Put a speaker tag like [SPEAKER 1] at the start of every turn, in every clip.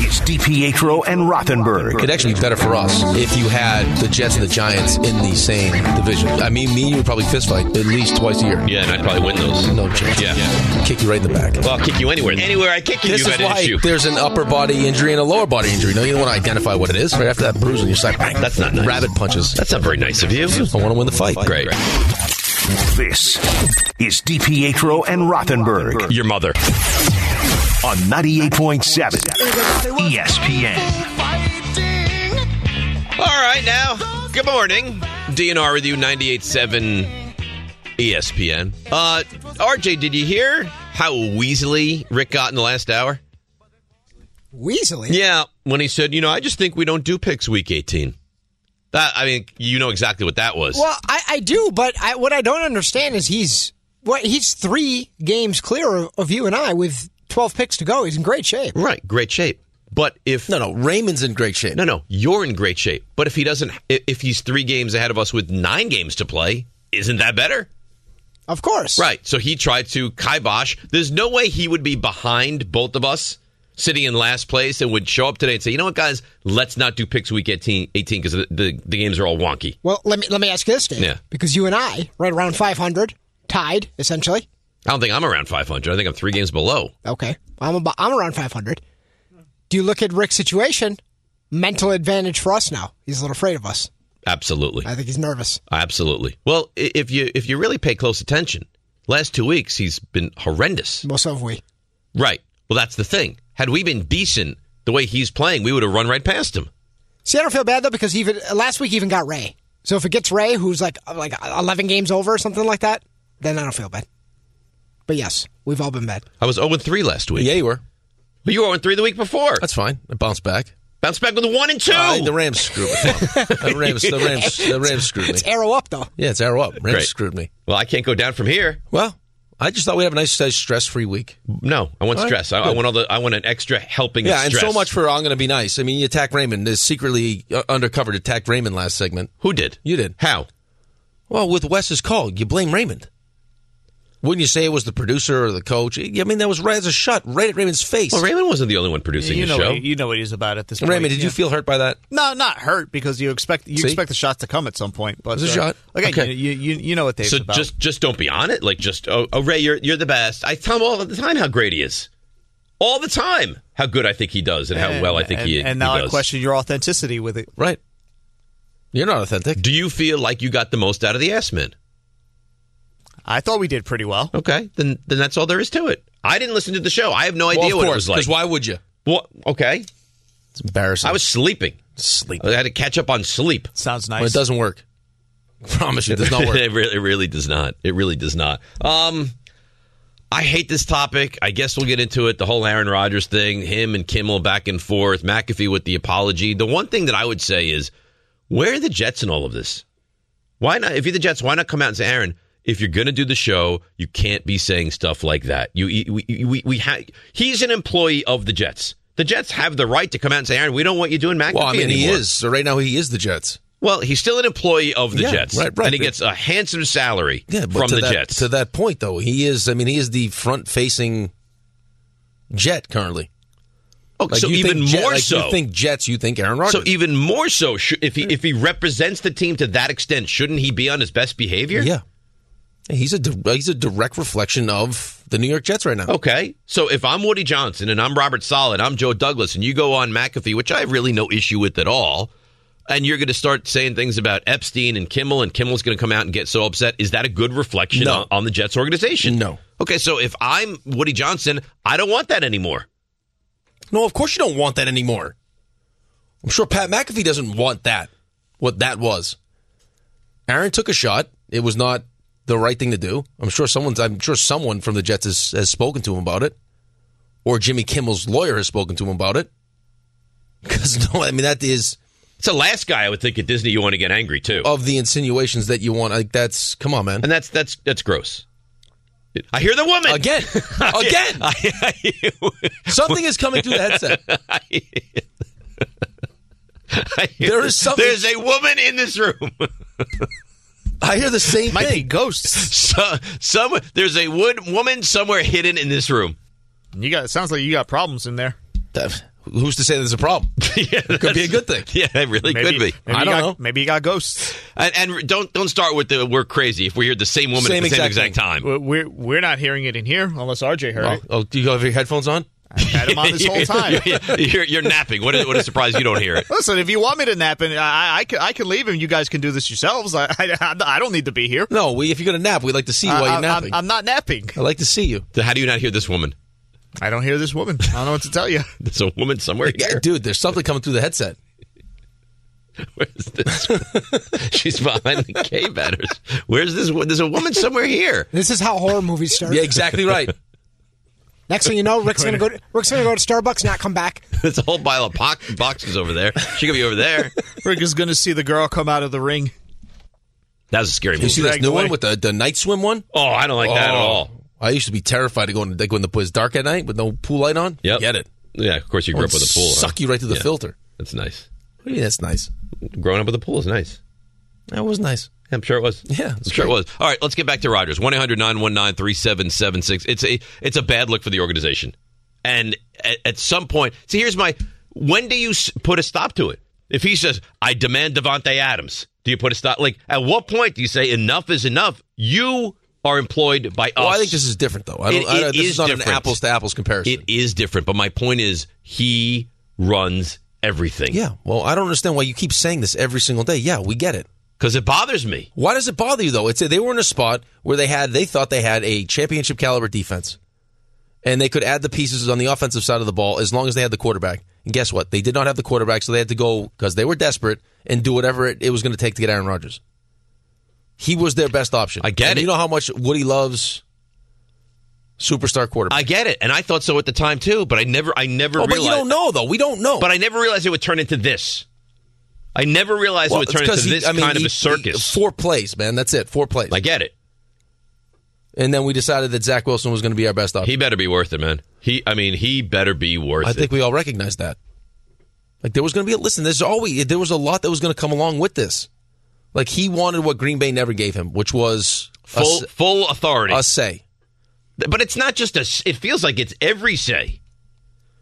[SPEAKER 1] is DiPietro and Rothenberg.
[SPEAKER 2] It'd actually be better for us if you had the Jets and the Giants in the same division. I mean, me and you would probably fistfight at least twice a year.
[SPEAKER 3] Yeah, and I'd probably win those.
[SPEAKER 2] No chance.
[SPEAKER 3] Yeah.
[SPEAKER 2] Kick you right in the back.
[SPEAKER 3] Well, I'll kick you anywhere. Anywhere I kick you,
[SPEAKER 2] This
[SPEAKER 3] you've
[SPEAKER 2] is
[SPEAKER 3] got an
[SPEAKER 2] why
[SPEAKER 3] issue.
[SPEAKER 2] there's an upper body injury and a lower body injury. No, you don't want to identify what it is. Right after that bruising, you're just like, bang.
[SPEAKER 3] That's not nice.
[SPEAKER 2] Rabbit punches.
[SPEAKER 3] That's not very nice of you.
[SPEAKER 2] I want to win the fight.
[SPEAKER 3] Great.
[SPEAKER 1] This is DiPietro and Rothenberg
[SPEAKER 3] Your mother.
[SPEAKER 1] on 98.7 ESPN.
[SPEAKER 3] All right, now. Good morning. DNR with you, 98.7 E ESPN. Uh, RJ, did you hear how weaselly Rick got in the last hour?
[SPEAKER 4] Weasley.
[SPEAKER 3] Yeah, when he said, you know, I just think we don't do picks week 18. That, I mean, you know exactly what that was.
[SPEAKER 4] Well, I, I do, but I, what I don't understand is he's what he's three games clear of, of you and I with twelve picks to go. He's in great shape.
[SPEAKER 3] Right, great shape. But if
[SPEAKER 2] No, no. Raymond's in great shape.
[SPEAKER 3] No, no, you're in great shape. But if he doesn't, i- if he's three games ahead of us with nine games to play, isn't that better?
[SPEAKER 4] Of course.
[SPEAKER 3] Right. So he tried to kibosh. There's no way he would be behind both of us sitting in last place and would show up today and say, you know what, guys, let's not do picks week 18 because the, the, the games are all wonky.
[SPEAKER 4] Well, let me let me ask you this, Dave.
[SPEAKER 3] Yeah.
[SPEAKER 4] Because you and I, right around five hundred, tied essentially.
[SPEAKER 3] I don't think I'm around 500. I think I'm three games below.
[SPEAKER 4] Okay, I'm about, I'm around five hundred. Do you look at Rick's situation? Mental advantage for us now. He's a little afraid of us.
[SPEAKER 3] Absolutely.
[SPEAKER 4] I think he's nervous.
[SPEAKER 3] Absolutely. Well, i- if you if you really pay close attention, last two weeks he's been horrendous.
[SPEAKER 4] Well, so have we.
[SPEAKER 3] Right. Well, that's the thing. Had we been decent the way he's playing, we would have run right past him.
[SPEAKER 4] See, I don't feel bad though because even last week he even got Ray. So if it gets Ray, who's like like eleven games over or something like that, then I don't feel bad. But yes, we've all been bad.
[SPEAKER 3] I was 0 3 last week.
[SPEAKER 2] Yeah, you were.
[SPEAKER 3] But you were 0 3 the week before.
[SPEAKER 2] That's fine. I bounced back.
[SPEAKER 3] Bounce back with a 1 and 2.
[SPEAKER 2] Uh, the Rams screwed me. the Rams, the Rams, the Rams screwed me.
[SPEAKER 4] It's arrow up though.
[SPEAKER 2] Yeah, it's arrow up. Rams
[SPEAKER 3] Great.
[SPEAKER 2] screwed me.
[SPEAKER 3] well, I can't go down from here.
[SPEAKER 2] Well, I just thought we'd have a nice, nice stress-free week.
[SPEAKER 3] No, I want
[SPEAKER 2] All right,
[SPEAKER 3] stress. I, I
[SPEAKER 2] good.
[SPEAKER 3] want all the I want an extra helping
[SPEAKER 2] Yeah,
[SPEAKER 3] of
[SPEAKER 2] and
[SPEAKER 3] stress.
[SPEAKER 2] so much for I'm going to be nice. I mean, you attacked Raymond. They secretly uh, undercover attacked Raymond last segment.
[SPEAKER 3] Who did?
[SPEAKER 2] You did.
[SPEAKER 3] How?
[SPEAKER 2] Well, with Wes's call, you blame Raymond. Wouldn't you say it was the producer or the coach? I mean, that was right as a shot right at Raymond's face.
[SPEAKER 3] Well, Raymond wasn't the only one producing
[SPEAKER 5] you
[SPEAKER 3] the
[SPEAKER 5] know
[SPEAKER 3] show.
[SPEAKER 5] What, you know what he's about at this point.
[SPEAKER 2] Raymond, did you
[SPEAKER 5] Yeah.
[SPEAKER 2] feel hurt by that?
[SPEAKER 5] No, not hurt because you expect you
[SPEAKER 2] See?
[SPEAKER 5] expect the shots to come at some point. But uh,
[SPEAKER 2] was a shot.
[SPEAKER 5] Again,
[SPEAKER 2] Okay.
[SPEAKER 5] you, you you know what Dave's
[SPEAKER 3] so
[SPEAKER 5] about.
[SPEAKER 3] just just don't be on it. Like just oh, oh Ray, you're you're the best. I tell him all the time how great he is. All the time how good I think he does and, how well I think
[SPEAKER 5] and,
[SPEAKER 3] he
[SPEAKER 5] And now
[SPEAKER 3] he
[SPEAKER 5] I
[SPEAKER 3] does.
[SPEAKER 5] question your authenticity with it.
[SPEAKER 2] Right. You're not authentic.
[SPEAKER 3] Do you feel like you got the most out of the ass men?
[SPEAKER 5] I thought we did pretty well.
[SPEAKER 3] Okay, then then that's all there is to it. I didn't listen to the show. I have no
[SPEAKER 2] well,
[SPEAKER 3] idea
[SPEAKER 2] of
[SPEAKER 3] what it
[SPEAKER 2] course,
[SPEAKER 3] was like.
[SPEAKER 2] why would you?
[SPEAKER 3] Well, okay,
[SPEAKER 2] It's embarrassing.
[SPEAKER 3] I was sleeping. Uh,
[SPEAKER 2] sleeping.
[SPEAKER 3] I had to catch up on sleep.
[SPEAKER 5] Sounds nice.
[SPEAKER 2] Well, it doesn't work. promise you, it does not work.
[SPEAKER 3] it, really, it really does not. It really does not. Um, I hate this topic. I guess we'll get into it. The whole Aaron Rodgers thing, him and Kimmel back and forth, McAfee with the apology. The one thing that I would say is, where are the Jets in all of this? Why not? If you're the Jets, why not come out and say, Aaron? If you're going to do the show, you can't be saying stuff like that. You, you- we, we, we ha- he's an employee of the Jets. The Jets have the right to come out and say, Aaron, we don't want you doing McAfee
[SPEAKER 2] Well, I mean, he
[SPEAKER 3] anymore.
[SPEAKER 2] is. So right now, he is the Jets.
[SPEAKER 3] Well, he's still an employee of the
[SPEAKER 2] Yeah,
[SPEAKER 3] Jets,
[SPEAKER 2] right, right.
[SPEAKER 3] and he gets a handsome salary
[SPEAKER 2] Yeah, but
[SPEAKER 3] from
[SPEAKER 2] to
[SPEAKER 3] the
[SPEAKER 2] that,
[SPEAKER 3] Jets.
[SPEAKER 2] To that point, though, he is. I mean, he is the front-facing Jet currently.
[SPEAKER 3] Oh,
[SPEAKER 2] Like,
[SPEAKER 3] so
[SPEAKER 2] you
[SPEAKER 3] even
[SPEAKER 2] think Jet-
[SPEAKER 3] more
[SPEAKER 2] like,
[SPEAKER 3] so.
[SPEAKER 2] You think Jets? You think Aaron Rodgers?
[SPEAKER 3] so even more so, sh- if he if he represents the team to that extent, shouldn't he be on his best behavior?
[SPEAKER 2] Yeah. He's a di- he's a direct reflection of the New York Jets right now.
[SPEAKER 3] Okay. So if I'm Woody Johnson and I'm Robert Solid, I'm Joe Douglas, and you go on McAfee, which I have really no issue with at all, and you're going to start saying things about Epstein and Kimmel, and Kimmel's going to come out and get so upset, is that a good reflection
[SPEAKER 2] No.
[SPEAKER 3] on, on the Jets organization?
[SPEAKER 2] No.
[SPEAKER 3] Okay. So if I'm Woody Johnson, I don't want that anymore.
[SPEAKER 2] No, of course you don't want that anymore. I'm sure Pat McAfee doesn't want that. What that was. Aaron took a shot. It was not the right thing to do. I'm sure someone's I'm sure someone from the Jets has, has spoken to him about it. Or Jimmy Kimmel's lawyer has spoken to him about it. Cuz no, I mean that is
[SPEAKER 3] It's the last guy I would think at Disney you want to get angry to.
[SPEAKER 2] of the insinuations that you want like that's come on man.
[SPEAKER 3] And that's that's that's gross. I hear the woman
[SPEAKER 2] Again. Again. Something is coming through the headset. There is something-
[SPEAKER 3] There's a woman in this room.
[SPEAKER 2] I hear the same
[SPEAKER 5] Might be
[SPEAKER 2] thing.
[SPEAKER 5] ghosts.
[SPEAKER 3] So, some there's a wood woman somewhere hidden in this room.
[SPEAKER 5] You got. Sounds like you got problems in there.
[SPEAKER 2] That- Who's to say there's a problem? it could be a good thing.
[SPEAKER 3] Yeah, it really could be.
[SPEAKER 5] maybe
[SPEAKER 2] I
[SPEAKER 5] you
[SPEAKER 2] don't
[SPEAKER 5] got-
[SPEAKER 2] know.
[SPEAKER 5] Maybe you got ghosts.
[SPEAKER 3] And, and don't don't start with the we're crazy if we hear the same woman
[SPEAKER 2] Same
[SPEAKER 3] at the same
[SPEAKER 2] exact
[SPEAKER 3] exact
[SPEAKER 2] thing.
[SPEAKER 3] time.
[SPEAKER 5] We're- We're we're not hearing it in here unless RJ heard
[SPEAKER 2] Oh,
[SPEAKER 5] it.
[SPEAKER 2] oh, do you have your headphones on?
[SPEAKER 5] I've had him on this whole time.
[SPEAKER 3] you're, you're napping. What a, what a surprise you don't hear it.
[SPEAKER 5] Listen, if you want me to nap, and I, I, can, I can leave, and you guys can do this yourselves. I, I, I don't need to be here.
[SPEAKER 2] No, we, if you're going to nap, we'd like to see you while
[SPEAKER 5] I,
[SPEAKER 2] you're napping.
[SPEAKER 5] am not napping.
[SPEAKER 2] I'd like to see you.
[SPEAKER 3] How do you not hear this woman?
[SPEAKER 5] I don't hear this woman. I don't know what to tell you.
[SPEAKER 3] There's a woman somewhere here.
[SPEAKER 2] Dude, there's something coming through the headset.
[SPEAKER 3] Where's this? She's behind the cave at her. Where's this? wo- There's a woman somewhere here.
[SPEAKER 4] This is how horror movies start.
[SPEAKER 2] Yeah, exactly right.
[SPEAKER 4] Next thing you know, Rick's gonna go. To, Rick's gonna go to Starbucks, not come back.
[SPEAKER 3] There's a whole pile of po- boxes over there. She could be over there.
[SPEAKER 5] Rick is going to see the girl come out of the ring.
[SPEAKER 3] That was a scary
[SPEAKER 2] You see
[SPEAKER 3] movie.
[SPEAKER 2] this
[SPEAKER 5] Dragged
[SPEAKER 2] new
[SPEAKER 5] away.
[SPEAKER 2] one with the, the night swim one?
[SPEAKER 3] Oh, I don't like that at
[SPEAKER 2] Oh.
[SPEAKER 3] all.
[SPEAKER 2] I used to be terrified of going to like when the was dark at night with no pool light on.
[SPEAKER 3] Yep.
[SPEAKER 2] Get it.
[SPEAKER 3] Yeah, of course you grew up with a pool. huh?
[SPEAKER 2] Suck you right through the
[SPEAKER 3] Yeah.
[SPEAKER 2] filter.
[SPEAKER 3] That's nice.
[SPEAKER 2] What do you mean that's nice?
[SPEAKER 3] Growing up with a pool is nice.
[SPEAKER 2] That was nice.
[SPEAKER 3] Yeah, I'm sure it was.
[SPEAKER 2] Yeah,
[SPEAKER 3] I'm
[SPEAKER 2] it's
[SPEAKER 3] sure it
[SPEAKER 2] great.
[SPEAKER 3] was. All right, let's get back to Rogers. 1 800 919 3776. It's a, it's a bad look for the organization. And at, at some point, see, here's my when do you s- put a stop to it? If he says, I demand Devontae Adams, do you put a stop? Like, at what point do you say enough is enough? You are employed by us.
[SPEAKER 2] Well, I think this is different though. I don't.
[SPEAKER 3] Oh, It-
[SPEAKER 2] I,
[SPEAKER 3] it
[SPEAKER 2] this is,
[SPEAKER 3] is
[SPEAKER 2] not an
[SPEAKER 3] different.
[SPEAKER 2] apples to apples comparison.
[SPEAKER 3] It is different. But my point is, he runs everything.
[SPEAKER 2] yeah. Well, I don't understand why you keep saying this every single day. Yeah, we get it.
[SPEAKER 3] Because it bothers me.
[SPEAKER 2] Why does it bother you though? It's they were in a spot where they had they thought they had a championship caliber defense, and they could add the pieces on the offensive side of the ball as long as they had the quarterback. And guess what? They did not have the quarterback, so they had to go because they were desperate and do whatever it, it was going to take to get Aaron Rodgers. He was their best option.
[SPEAKER 3] I get
[SPEAKER 2] And
[SPEAKER 3] it.
[SPEAKER 2] You know how much Woody loves superstar quarterback.
[SPEAKER 3] I get it. And I thought so at the time, too. But I never, I never
[SPEAKER 2] oh, but
[SPEAKER 3] realized.
[SPEAKER 2] you don't know though. We don't know.
[SPEAKER 3] But I never realized it would turn into this. I never realized
[SPEAKER 2] Well,
[SPEAKER 3] it would
[SPEAKER 2] it's
[SPEAKER 3] turn into
[SPEAKER 2] 'cause he-
[SPEAKER 3] this
[SPEAKER 2] I mean,
[SPEAKER 3] kind
[SPEAKER 2] he-
[SPEAKER 3] of a circus.
[SPEAKER 2] he- four plays, man. That's it. Four plays.
[SPEAKER 3] I get it.
[SPEAKER 2] and then we decided that Zach Wilson was going to be our best option.
[SPEAKER 3] He better be worth it, man. He, I mean, he better be worth
[SPEAKER 2] I
[SPEAKER 3] it.
[SPEAKER 2] think we all recognize that. Like there was going to be a listen. There's always there was a lot that was going to come along with this. Like he wanted what Green Bay never gave him, which was
[SPEAKER 3] full,
[SPEAKER 2] us,
[SPEAKER 3] full authority.
[SPEAKER 2] us say.
[SPEAKER 3] But it's not just a. s- It feels like it's every say.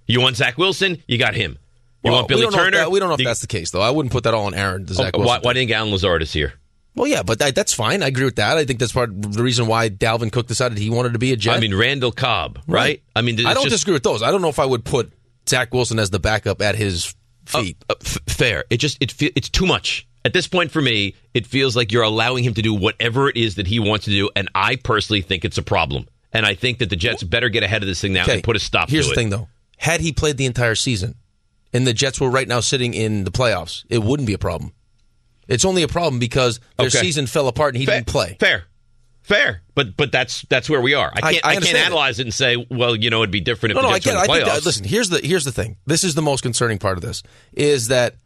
[SPEAKER 3] You want Zach Wilson? You got him. You
[SPEAKER 2] Well,
[SPEAKER 3] want Billy
[SPEAKER 2] we don't know if
[SPEAKER 3] Turner?
[SPEAKER 2] that- we don't know if
[SPEAKER 3] you-
[SPEAKER 2] that's the case though. I wouldn't put that all on Aaron. to Zach
[SPEAKER 3] Oh, why,
[SPEAKER 2] Wilson.
[SPEAKER 3] why didn't Alan Lazard is here?
[SPEAKER 2] Well, yeah, but that, that's fine. I agree with that. I think that's part of the reason why Dalvin Cook decided he wanted to be a Jet.
[SPEAKER 3] I mean, Randall Cobb, right? I mean,
[SPEAKER 2] I
[SPEAKER 3] it's
[SPEAKER 2] don't
[SPEAKER 3] just,
[SPEAKER 2] disagree with those. I don't know if I would put Zach Wilson as the backup at his feet.
[SPEAKER 3] uh, f- fair. It just it fe- it's too much at this point for me. It feels like you're allowing him to do whatever it is that he wants to do, and I personally think it's a problem. And I think that the Jets better get ahead of this thing now
[SPEAKER 2] Okay,
[SPEAKER 3] and put a stop
[SPEAKER 2] Here's
[SPEAKER 3] to
[SPEAKER 2] the
[SPEAKER 3] it.
[SPEAKER 2] thing, though. Had he played the entire season, and the Jets were right now sitting in the playoffs, it wouldn't be a problem. It's only a problem because their
[SPEAKER 3] Okay.
[SPEAKER 2] season fell apart and he
[SPEAKER 3] fair,
[SPEAKER 2] didn't play.
[SPEAKER 3] Fair, fair. But but that's that's where we are. I
[SPEAKER 2] I-
[SPEAKER 3] can't
[SPEAKER 2] I
[SPEAKER 3] I, can't
[SPEAKER 2] understand that.
[SPEAKER 3] analyze it and say, well, you know, it'd be different if
[SPEAKER 2] No, no,
[SPEAKER 3] the
[SPEAKER 2] I
[SPEAKER 3] Jets were in the
[SPEAKER 2] get. It. I think.
[SPEAKER 3] playoffs.
[SPEAKER 2] That, listen, here's the here's the thing. This is the most concerning part of this is that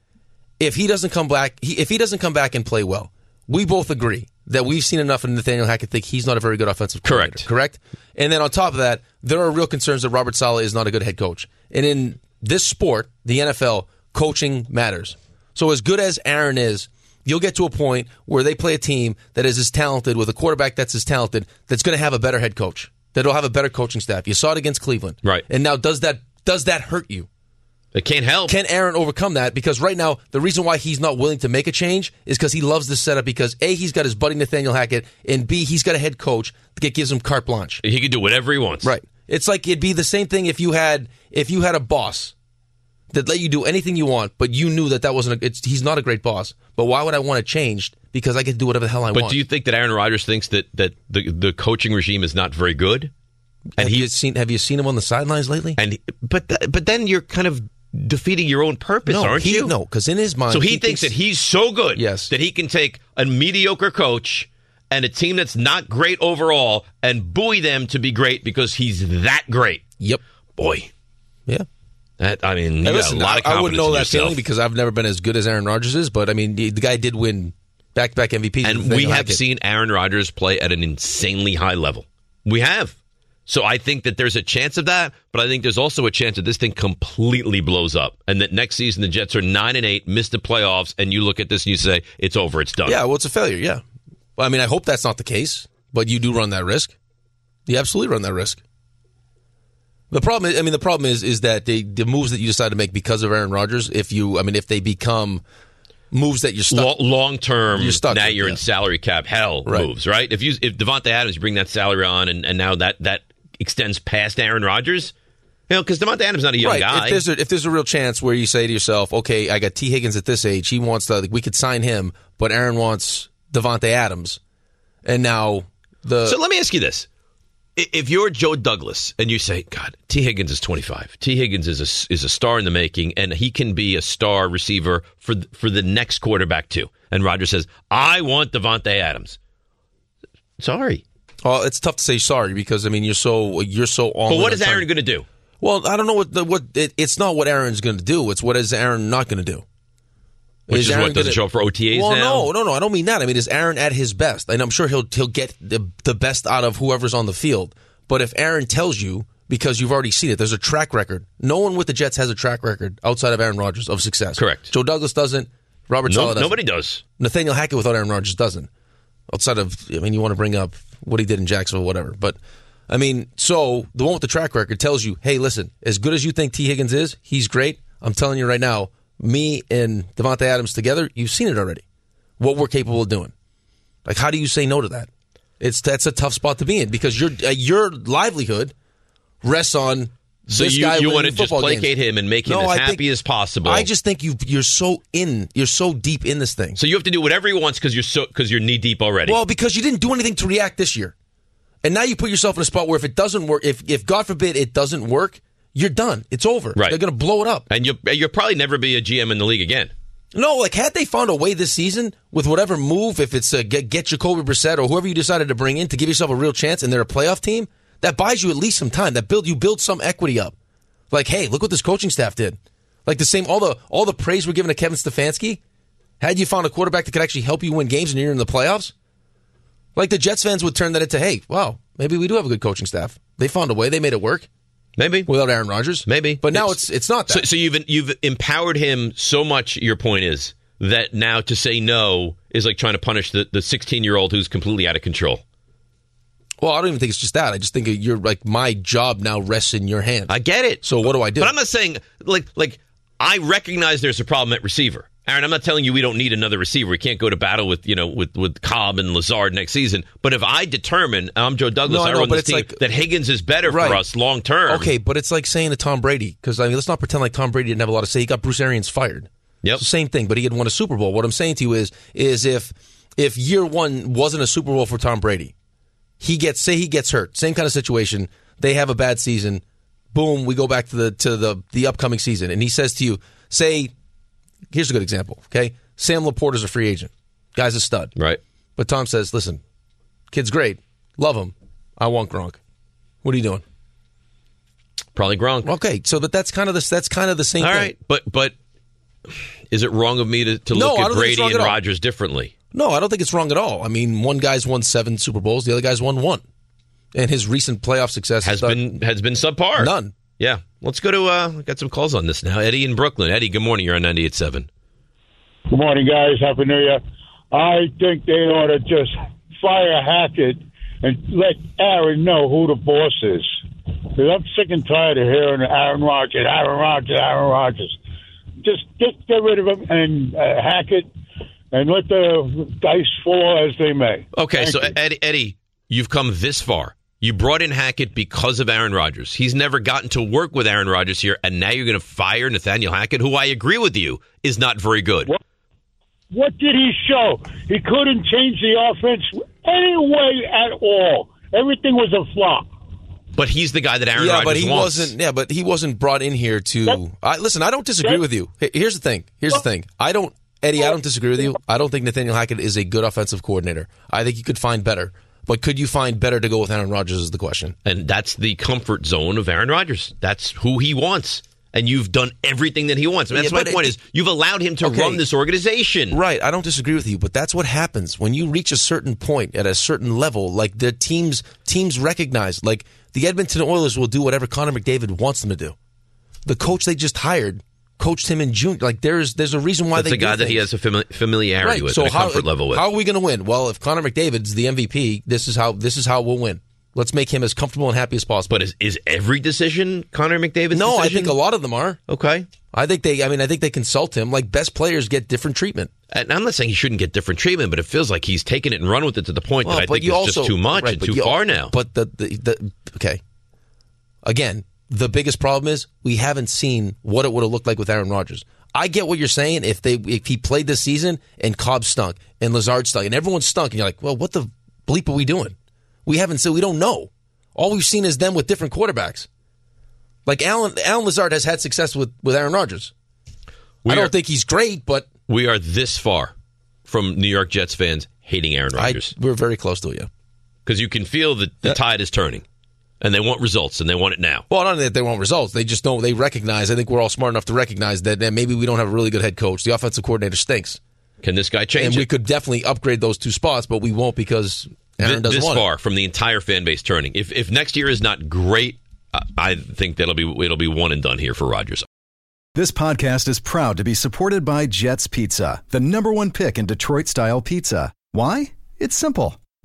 [SPEAKER 2] if he doesn't come back, he, if he doesn't come back and play well, we both agree that we've seen enough of Nathaniel Hackett think he's not a very good offensive coordinator.
[SPEAKER 3] Correct.
[SPEAKER 2] Correct. And then on top of that, there are real concerns that Robert Sala is not a good head coach. And in this sport, the NFL, coaching matters. So as good as Aaron is. You'll get to a point where they play a team that is as talented with a quarterback that's as talented that's going to have a better head coach, that'll have a better coaching staff. You saw it against Cleveland.
[SPEAKER 3] Right.
[SPEAKER 2] And now does that does that hurt you?
[SPEAKER 3] it can't help.
[SPEAKER 2] Can Aaron overcome that? Because right now the reason why he's not willing to make a change is because he loves this setup because A, he's got his buddy Nathaniel Hackett, and B, he's got a head coach that gives him carte blanche.
[SPEAKER 3] he can do whatever he wants.
[SPEAKER 2] Right. It's like it'd be the same thing if you had if you had a boss that let you do anything you want, but you knew that that wasn't a, it's, he's not a great boss. But why would I want it changed? Because I could do whatever the hell I
[SPEAKER 3] But
[SPEAKER 2] want.
[SPEAKER 3] do you think that Aaron Rodgers thinks that that the the coaching regime is not very good?
[SPEAKER 2] have you seen Have you seen him on the sidelines lately?
[SPEAKER 3] And but th- but then you're kind of defeating your own purpose,
[SPEAKER 2] no,
[SPEAKER 3] aren't
[SPEAKER 2] he,
[SPEAKER 3] you?
[SPEAKER 2] No, because in his mind,
[SPEAKER 3] So he, thinks that he's so good
[SPEAKER 2] Yes.
[SPEAKER 3] that he can take a mediocre coach and a team that's not great overall and buoy them to be great because he's that great.
[SPEAKER 2] Yep.
[SPEAKER 3] Boy,
[SPEAKER 2] Yeah.
[SPEAKER 3] that, I mean, you got
[SPEAKER 2] Hey, listen,
[SPEAKER 3] a lot of
[SPEAKER 2] I,
[SPEAKER 3] confidence
[SPEAKER 2] I wouldn't know
[SPEAKER 3] in
[SPEAKER 2] that
[SPEAKER 3] yourself.
[SPEAKER 2] feeling because I've never been as good as Aaron Rodgers is. But I mean, the, the guy did win back-to-back MVPs, with
[SPEAKER 3] and we
[SPEAKER 2] Nathaniel
[SPEAKER 3] have
[SPEAKER 2] Hackett.
[SPEAKER 3] seen Aaron Rodgers play at an insanely high level. We have. So I think that there's a chance of that, but I think there's also a chance that this thing completely blows up and that next season the Jets are 9 and 8, miss the playoffs and you look at this and you say it's over, it's done.
[SPEAKER 2] Yeah, well, it's a failure. Yeah. Well, I mean, I hope that's not the case, but you do run that risk. You absolutely run that risk. The problem, is, I mean, the problem is, is that they, the moves that you decide to make because of Aaron Rodgers, if you, I mean, if they become moves that you're stuck,
[SPEAKER 3] Long term,
[SPEAKER 2] You're stuck
[SPEAKER 3] now
[SPEAKER 2] with-
[SPEAKER 3] you're in
[SPEAKER 2] yeah.
[SPEAKER 3] salary cap hell
[SPEAKER 2] Right.
[SPEAKER 3] moves, right? If you if Devontae Adams, you bring that salary on, and, and now that that extends past Aaron Rodgers, you know, because Devontae Adams is not a young
[SPEAKER 2] right?
[SPEAKER 3] guy.
[SPEAKER 2] If there's a, if there's a real chance where you say to yourself, okay, I got T Higgins at this age, he wants to, like, we could sign him, but Aaron wants Devonte Adams, and now the
[SPEAKER 3] So let me ask you this. I- If you're Joe Douglas and you say, God, T. Higgins is 25. T. Higgins is a, is a star in the making, and he can be a star receiver for th- for the next quarterback, too. And Roger says, I want Devontae Adams. Sorry.
[SPEAKER 2] Well, it's tough to say sorry because I mean you're so you're so on.
[SPEAKER 3] But what is Aaron going to do?
[SPEAKER 2] Well, I don't know what the, what it, it's not what Aaron's going to do. It's what is Aaron not going to do.
[SPEAKER 3] Which is,
[SPEAKER 2] Aaron
[SPEAKER 3] what? Doesn't
[SPEAKER 2] gonna-
[SPEAKER 3] show up for OTAs
[SPEAKER 2] well,
[SPEAKER 3] now?
[SPEAKER 2] no, no, no. I don't mean that. I mean is Aaron at his best? And I'm sure he'll he'll get the the best out of whoever's on the field. But if Aaron tells you because you've already seen it, there's a track record. No one with the Jets has a track record outside of Aaron Rodgers of success.
[SPEAKER 3] Correct.
[SPEAKER 2] Joe Douglas doesn't. Robert
[SPEAKER 3] No,
[SPEAKER 2] Saleh doesn't.
[SPEAKER 3] nobody does.
[SPEAKER 2] Nathaniel Hackett without Aaron Rodgers doesn't. Outside of, I mean, you want to bring up what he did in Jacksonville, whatever. But, I mean, so the one with the track record tells you, hey, listen, as good as you think T. Higgins is, he's great. I'm telling you right now, me and Devontae Adams together, you've seen it already. What we're capable of doing. Like, how do you say no to that? It's that's a tough spot to be in because your uh, your livelihood rests on.
[SPEAKER 3] So
[SPEAKER 2] this
[SPEAKER 3] you,
[SPEAKER 2] guy
[SPEAKER 3] you
[SPEAKER 2] winning
[SPEAKER 3] want to just
[SPEAKER 2] football games.
[SPEAKER 3] placate him and make him
[SPEAKER 2] No,
[SPEAKER 3] as
[SPEAKER 2] I
[SPEAKER 3] happy
[SPEAKER 2] think-
[SPEAKER 3] as possible.
[SPEAKER 2] I just think you you're so in, you're so deep in this thing.
[SPEAKER 3] so you have to do whatever he wants because you're so because you're knee deep already.
[SPEAKER 2] Well, because you didn't do anything to react this year. And now you put yourself in a spot where if it doesn't work, if, if God forbid it doesn't work, you're done. It's over.
[SPEAKER 3] Right.
[SPEAKER 2] They're going to blow it up.
[SPEAKER 3] and you'll you'll probably never be a GM in the league again.
[SPEAKER 2] No, like had they found a way this season with whatever move, if it's a get, get Jacoby Brissett or whoever you decided to bring in to give yourself a real chance, and they're a playoff team, that buys you at least some time. That build you build some equity up. Like, hey, look what this coaching staff did. Like the same, all the all the praise we're giving to Kevin Stefanski. Had you found a quarterback that could actually help you win games and you're in the playoffs, like the Jets fans would turn that into, hey, wow, maybe we do have a good coaching staff. They found a way. They made it work
[SPEAKER 3] Maybe
[SPEAKER 2] without Aaron Rodgers.
[SPEAKER 3] Maybe,
[SPEAKER 2] but now it's it's not that.
[SPEAKER 3] So, so you've you've empowered him so much. Your point is that now to say no is like trying to punish the the sixteen year old who's completely out of control.
[SPEAKER 2] Well, I don't even think it's just that. I just think you're like my job now rests in your hands.
[SPEAKER 3] I get it.
[SPEAKER 2] so what do I do?
[SPEAKER 3] but I'm not saying like like I recognize there's a problem at receiver. Aaron, I'm not telling you we don't need another receiver. We can't go to battle with you know with with Cobb and Lazard next season. But if I determine I'm Joe Douglas,
[SPEAKER 2] No, I
[SPEAKER 3] I
[SPEAKER 2] know,
[SPEAKER 3] run
[SPEAKER 2] but
[SPEAKER 3] this
[SPEAKER 2] it's
[SPEAKER 3] team
[SPEAKER 2] like-
[SPEAKER 3] that Higgins is better
[SPEAKER 2] Right.
[SPEAKER 3] for us long term.
[SPEAKER 2] okay, but it's like saying to Tom Brady because I mean, let's not pretend like Tom Brady didn't have a lot to say. He got Bruce Arians fired.
[SPEAKER 3] Yep.
[SPEAKER 2] So same thing, but he had won a Super Bowl. What I'm saying to you is, is if if year one wasn't a Super Bowl for Tom Brady, he gets say he gets hurt, same kind of situation. They have a bad season. Boom, we go back to the to the the upcoming season, and he says to you, say, here's a good example. Okay, Sam Laporte is a free agent. Guy's a stud.
[SPEAKER 3] right.
[SPEAKER 2] But Tom says, listen, kid's great. Love him. I want Gronk. What are you doing?
[SPEAKER 3] Probably Gronk.
[SPEAKER 2] Okay, so but that's kind of the that's kind of the same
[SPEAKER 3] All
[SPEAKER 2] thing.
[SPEAKER 3] right, but but is it wrong of me to, to
[SPEAKER 2] No,
[SPEAKER 3] look
[SPEAKER 2] I
[SPEAKER 3] at
[SPEAKER 2] don't think it's
[SPEAKER 3] Brady
[SPEAKER 2] wrong
[SPEAKER 3] and
[SPEAKER 2] at all.
[SPEAKER 3] Rodgers differently?
[SPEAKER 2] No, I don't think it's wrong at all. I mean, one guy's won seven Super Bowls, the other guy's won one, and his recent playoff success
[SPEAKER 3] Has
[SPEAKER 2] stuck-
[SPEAKER 3] been has been subpar.
[SPEAKER 2] None.
[SPEAKER 3] Yeah. Let's go to uh we got some calls on this now. Eddie in Brooklyn. Eddie, good morning. You're on 98.7.
[SPEAKER 6] Good morning, guys. Happy New Year. I think they ought to just fire Hackett and let Aaron know who the boss is. 'Cause I'm sick and tired of hearing Aaron Rodgers, Aaron Rodgers, Aaron Rodgers. Just get, get rid of him and uh, Hackett and let the dice fall as they may.
[SPEAKER 3] Okay,
[SPEAKER 6] Thank
[SPEAKER 3] so E-,
[SPEAKER 6] you.
[SPEAKER 3] Eddie, Eddie, you've come this far. You brought in Hackett because of Aaron Rodgers. He's never gotten to work with Aaron Rodgers here, and now you're going to fire Nathaniel Hackett, who I agree with you is not very good.
[SPEAKER 6] What did he show? He couldn't change the offense any way at all. Everything was a flop.
[SPEAKER 3] But he's the guy that Aaron
[SPEAKER 2] yeah,
[SPEAKER 3] Rodgers
[SPEAKER 2] but he
[SPEAKER 3] wants.
[SPEAKER 2] wasn't. Yeah, but he wasn't brought in here to. I, listen, I don't disagree
[SPEAKER 6] Yep.
[SPEAKER 2] with you. H- Here's the thing. Here's the thing. I don't, Eddie. I don't disagree with you. I don't think Nathaniel Hackett is a good offensive coordinator. I think you could find better. But could you find better to go with Aaron Rodgers is the question.
[SPEAKER 3] And that's the comfort zone of Aaron Rodgers. That's who he wants. and you've done everything that he wants. And that's
[SPEAKER 2] Yeah,
[SPEAKER 3] my
[SPEAKER 2] but
[SPEAKER 3] point
[SPEAKER 2] it-
[SPEAKER 3] is you've allowed him to
[SPEAKER 2] Okay.
[SPEAKER 3] run this organization.
[SPEAKER 2] Right, I don't disagree with you, but that's what happens when you reach a certain point at a certain level. Like the teams, teams recognize, like the Edmonton Oilers will do whatever Connor McDavid wants them to do. The coach they just hired coached him in June. Like there's there's a reason why
[SPEAKER 3] That's
[SPEAKER 2] they
[SPEAKER 3] a guy
[SPEAKER 2] do
[SPEAKER 3] that he
[SPEAKER 2] things.
[SPEAKER 3] has a fami- familiarity with, and a comfort level with.
[SPEAKER 2] How are we going to win? Well, if Connor McDavid's the MVP, this is how this is how we'll win. Let's make him as comfortable and happy as possible.
[SPEAKER 3] but is, is every decision Connor McDavid's
[SPEAKER 2] no, I
[SPEAKER 3] decision?
[SPEAKER 2] think a lot of them are.
[SPEAKER 3] Okay.
[SPEAKER 2] I think they. I mean, I think they consult him. Like best players get different treatment.
[SPEAKER 3] And I'm not saying he shouldn't get different treatment, but it feels like he's taken it and run with it to the point
[SPEAKER 2] Well,
[SPEAKER 3] that I think it's just too much
[SPEAKER 2] right,
[SPEAKER 3] and
[SPEAKER 2] but
[SPEAKER 3] too
[SPEAKER 2] you-
[SPEAKER 3] far now.
[SPEAKER 2] But the, the the okay. Again, the biggest problem is we haven't seen what it would have looked like with Aaron Rodgers. I get what you're saying. If they if he played this season and Cobb stunk and Lazard stunk and everyone stunk and you're like, well, what the bleep are we doing? We haven't said we don't know. All we've seen is them with different quarterbacks. Like Alan Alan Lazard has had success with with Aaron Rodgers.
[SPEAKER 3] we,
[SPEAKER 2] I
[SPEAKER 3] are,
[SPEAKER 2] don't think he's great, but
[SPEAKER 3] we are this far from New York Jets fans hating Aaron
[SPEAKER 2] I,
[SPEAKER 3] Rodgers
[SPEAKER 2] we're very close to it. Yeah.
[SPEAKER 3] because you can feel that the tide is turning, and they want results and they want it now.
[SPEAKER 2] Well, not that they want results. They just don't. They recognize. I think we're all smart enough to recognize that, that maybe we don't have a really good head coach. The offensive coordinator stinks,
[SPEAKER 3] Can this guy change
[SPEAKER 2] and
[SPEAKER 3] it?
[SPEAKER 2] we could definitely upgrade those two spots, but we won't because
[SPEAKER 3] Th-
[SPEAKER 2] Aaron doesn't
[SPEAKER 3] this
[SPEAKER 2] want
[SPEAKER 3] far from the entire fan base turning. If if next year is not great, I, I think that'll be it'll be one and done here for Rodgers.
[SPEAKER 7] This podcast is proud to be supported by Jets Pizza, the number one pick in Detroit style pizza. Why? It's simple.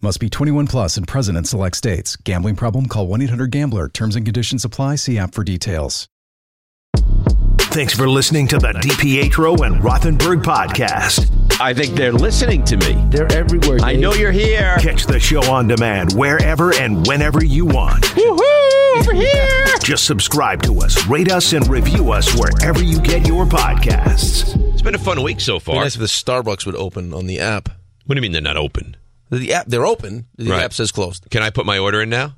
[SPEAKER 7] Must be 21 plus and present in select states. Gambling problem? Call 1 800 Gambler. Terms and conditions apply. See app for details.
[SPEAKER 1] Thanks for listening to the DPetro and Rothenberg podcast.
[SPEAKER 8] I think they're listening to me. They're everywhere. I know you're here.
[SPEAKER 1] Catch the show on demand wherever and whenever you want.
[SPEAKER 8] Woohoo! Over here.
[SPEAKER 1] Just subscribe to us, rate us, and review us wherever you get your podcasts.
[SPEAKER 3] It's been a fun week so
[SPEAKER 2] it. It'd be
[SPEAKER 3] far.
[SPEAKER 2] nice if the Starbucks would open on the app.
[SPEAKER 3] What do you mean they're not open?
[SPEAKER 2] The app they're open. The
[SPEAKER 3] Right.
[SPEAKER 2] app says closed.
[SPEAKER 3] Can I put my order in now?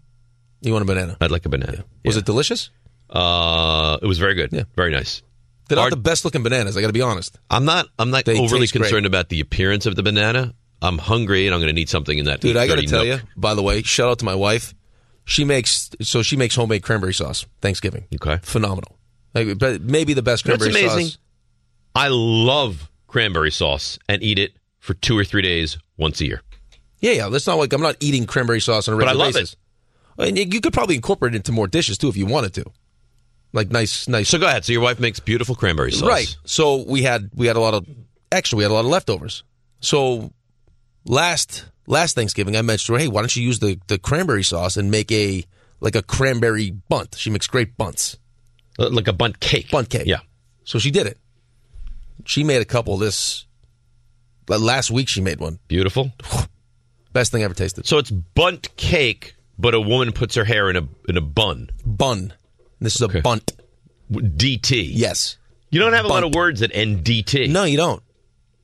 [SPEAKER 2] You want a banana?
[SPEAKER 3] I'd like a banana.
[SPEAKER 2] Was it delicious?
[SPEAKER 3] Uh, it was very good.
[SPEAKER 2] Yeah.
[SPEAKER 3] Very nice.
[SPEAKER 2] They're not
[SPEAKER 3] Hard-
[SPEAKER 2] the best looking bananas. I got to be honest.
[SPEAKER 3] I'm not. I'm not
[SPEAKER 2] They
[SPEAKER 3] overly
[SPEAKER 2] taste great.
[SPEAKER 3] concerned about the appearance of the banana. I'm hungry and I'm going to need something in that.
[SPEAKER 2] Dude, I got to
[SPEAKER 3] 8:30
[SPEAKER 2] tell
[SPEAKER 3] nook.
[SPEAKER 2] you. By the way, shout out to my wife. She makes so she makes homemade cranberry sauce Thanksgiving.
[SPEAKER 3] Okay.
[SPEAKER 2] phenomenal. Like, but maybe the best
[SPEAKER 3] You know what's
[SPEAKER 2] cranberry
[SPEAKER 3] amazing?
[SPEAKER 2] sauce.
[SPEAKER 3] I love cranberry sauce and eat it for two or three days once a year.
[SPEAKER 2] Yeah, yeah. That's not like I'm not eating cranberry sauce on a
[SPEAKER 3] But I
[SPEAKER 2] regular
[SPEAKER 3] love
[SPEAKER 2] basis. And you you could probably incorporate it into more dishes too if you wanted to. Like nice, nice.
[SPEAKER 3] So go ahead. So your wife makes beautiful cranberry sauce.
[SPEAKER 2] Right. So we had we had a lot of extra. We had a lot of leftovers. So last last Thanksgiving, I mentioned, to her, hey, why don't you use the the cranberry sauce and make a like a cranberry bunt? She makes great bunts.
[SPEAKER 3] Uh, like a bunt cake.
[SPEAKER 2] Bunt cake.
[SPEAKER 3] Yeah.
[SPEAKER 2] So she did it. She made a couple this like, last week. She made one.
[SPEAKER 3] Beautiful.
[SPEAKER 2] Best thing I ever tasted.
[SPEAKER 3] So it's bunt cake, but a woman puts her hair in a in a bun.
[SPEAKER 2] Bun. This is a bunt.
[SPEAKER 3] W- DT.
[SPEAKER 2] Yes.
[SPEAKER 3] You don't have a lot of
[SPEAKER 2] Bunt.
[SPEAKER 3] words that end DT.
[SPEAKER 2] No, you don't.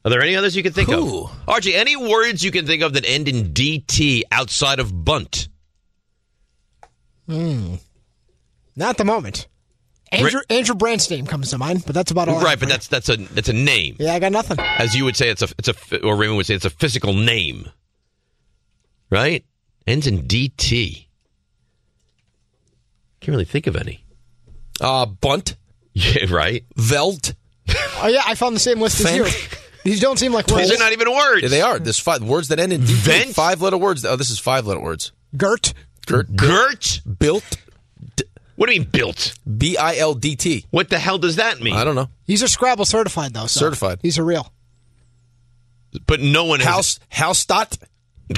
[SPEAKER 3] Are there any others you can think
[SPEAKER 2] Ooh.
[SPEAKER 3] of? Archie, any words you can think of that end in DT outside of bunt?
[SPEAKER 2] Hmm.
[SPEAKER 4] Not at the moment. Andrew Andrew Brandt's name comes to mind, but that's about all. I
[SPEAKER 3] right,
[SPEAKER 4] have
[SPEAKER 3] but
[SPEAKER 4] for you.
[SPEAKER 3] that's that's a that's a name.
[SPEAKER 4] yeah, I got nothing.
[SPEAKER 3] As you would say, it's a it's a or Raymond would say it's a physical name. Right? Ends in DT. Can't really think of any.
[SPEAKER 2] Uh Bunt.
[SPEAKER 3] Yeah, right.
[SPEAKER 2] Velt.
[SPEAKER 4] Oh yeah, I found the same list as you. These don't seem like words.
[SPEAKER 3] These are not even words.
[SPEAKER 2] Yeah, they are. There's five words that end in
[SPEAKER 3] Vent?
[SPEAKER 2] Five letter words. Oh, this is five letter words.
[SPEAKER 4] Gert.
[SPEAKER 2] Gert.
[SPEAKER 3] Gert?
[SPEAKER 2] Built.
[SPEAKER 3] What do you mean built?
[SPEAKER 2] B I L D T.
[SPEAKER 3] What the hell does that mean?
[SPEAKER 2] I don't know.
[SPEAKER 4] These are Scrabble certified though. So
[SPEAKER 2] Certified.
[SPEAKER 4] These are real.
[SPEAKER 3] But no one has-
[SPEAKER 2] House. House dot.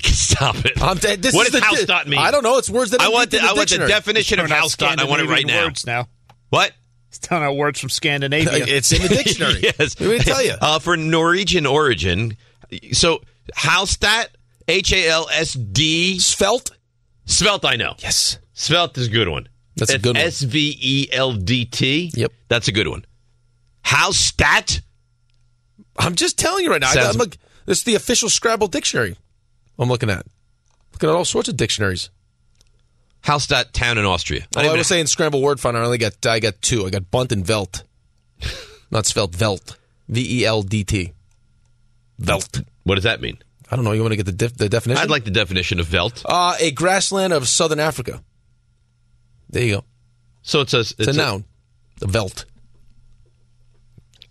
[SPEAKER 3] Stop it.
[SPEAKER 2] I'm dead. This
[SPEAKER 3] what
[SPEAKER 2] is
[SPEAKER 3] does
[SPEAKER 2] the
[SPEAKER 3] house
[SPEAKER 2] di-
[SPEAKER 3] dot mean?
[SPEAKER 2] I don't know. It's words that
[SPEAKER 3] I
[SPEAKER 2] end
[SPEAKER 3] want
[SPEAKER 2] deep
[SPEAKER 3] the,
[SPEAKER 2] in the
[SPEAKER 3] I want the
[SPEAKER 2] dictionary.
[SPEAKER 3] definition of
[SPEAKER 5] Throwing out
[SPEAKER 3] house dot. and I want it right
[SPEAKER 5] Scandinavian
[SPEAKER 3] now.
[SPEAKER 5] words now.
[SPEAKER 3] What?
[SPEAKER 5] It's telling out words from Scandinavia.
[SPEAKER 2] It's in the dictionary.
[SPEAKER 3] yes.
[SPEAKER 2] Let me tell you.
[SPEAKER 3] Uh, for Norwegian origin, so Halstat, H A L S D.
[SPEAKER 2] Svelte.
[SPEAKER 3] Svelte, I know.
[SPEAKER 2] Yes.
[SPEAKER 3] Svelte is a good one.
[SPEAKER 2] That's a good one.
[SPEAKER 3] S V E L D T.
[SPEAKER 2] Yep.
[SPEAKER 3] That's a good one. Halstat?
[SPEAKER 2] I'm just telling you right now. I,
[SPEAKER 3] Sounds-
[SPEAKER 2] I'm look, this is the official Scrabble dictionary. I'm looking at. Looking at all sorts of dictionaries.
[SPEAKER 3] Halstat town in Austria. I
[SPEAKER 2] Although Oh, I
[SPEAKER 3] didn't
[SPEAKER 2] was saying Scramble Word Fund. I only got I got two. I got Bunt and Velt. Not Svelte. Velt. V E L D T. Velt.
[SPEAKER 3] what does that mean?
[SPEAKER 2] I don't know. You want to get the, def- the definition?
[SPEAKER 3] I'd like the definition of Velt.
[SPEAKER 2] Uh, a grassland of southern Africa. There you go.
[SPEAKER 3] So it's a, it's
[SPEAKER 2] It's, a, noun. A veld.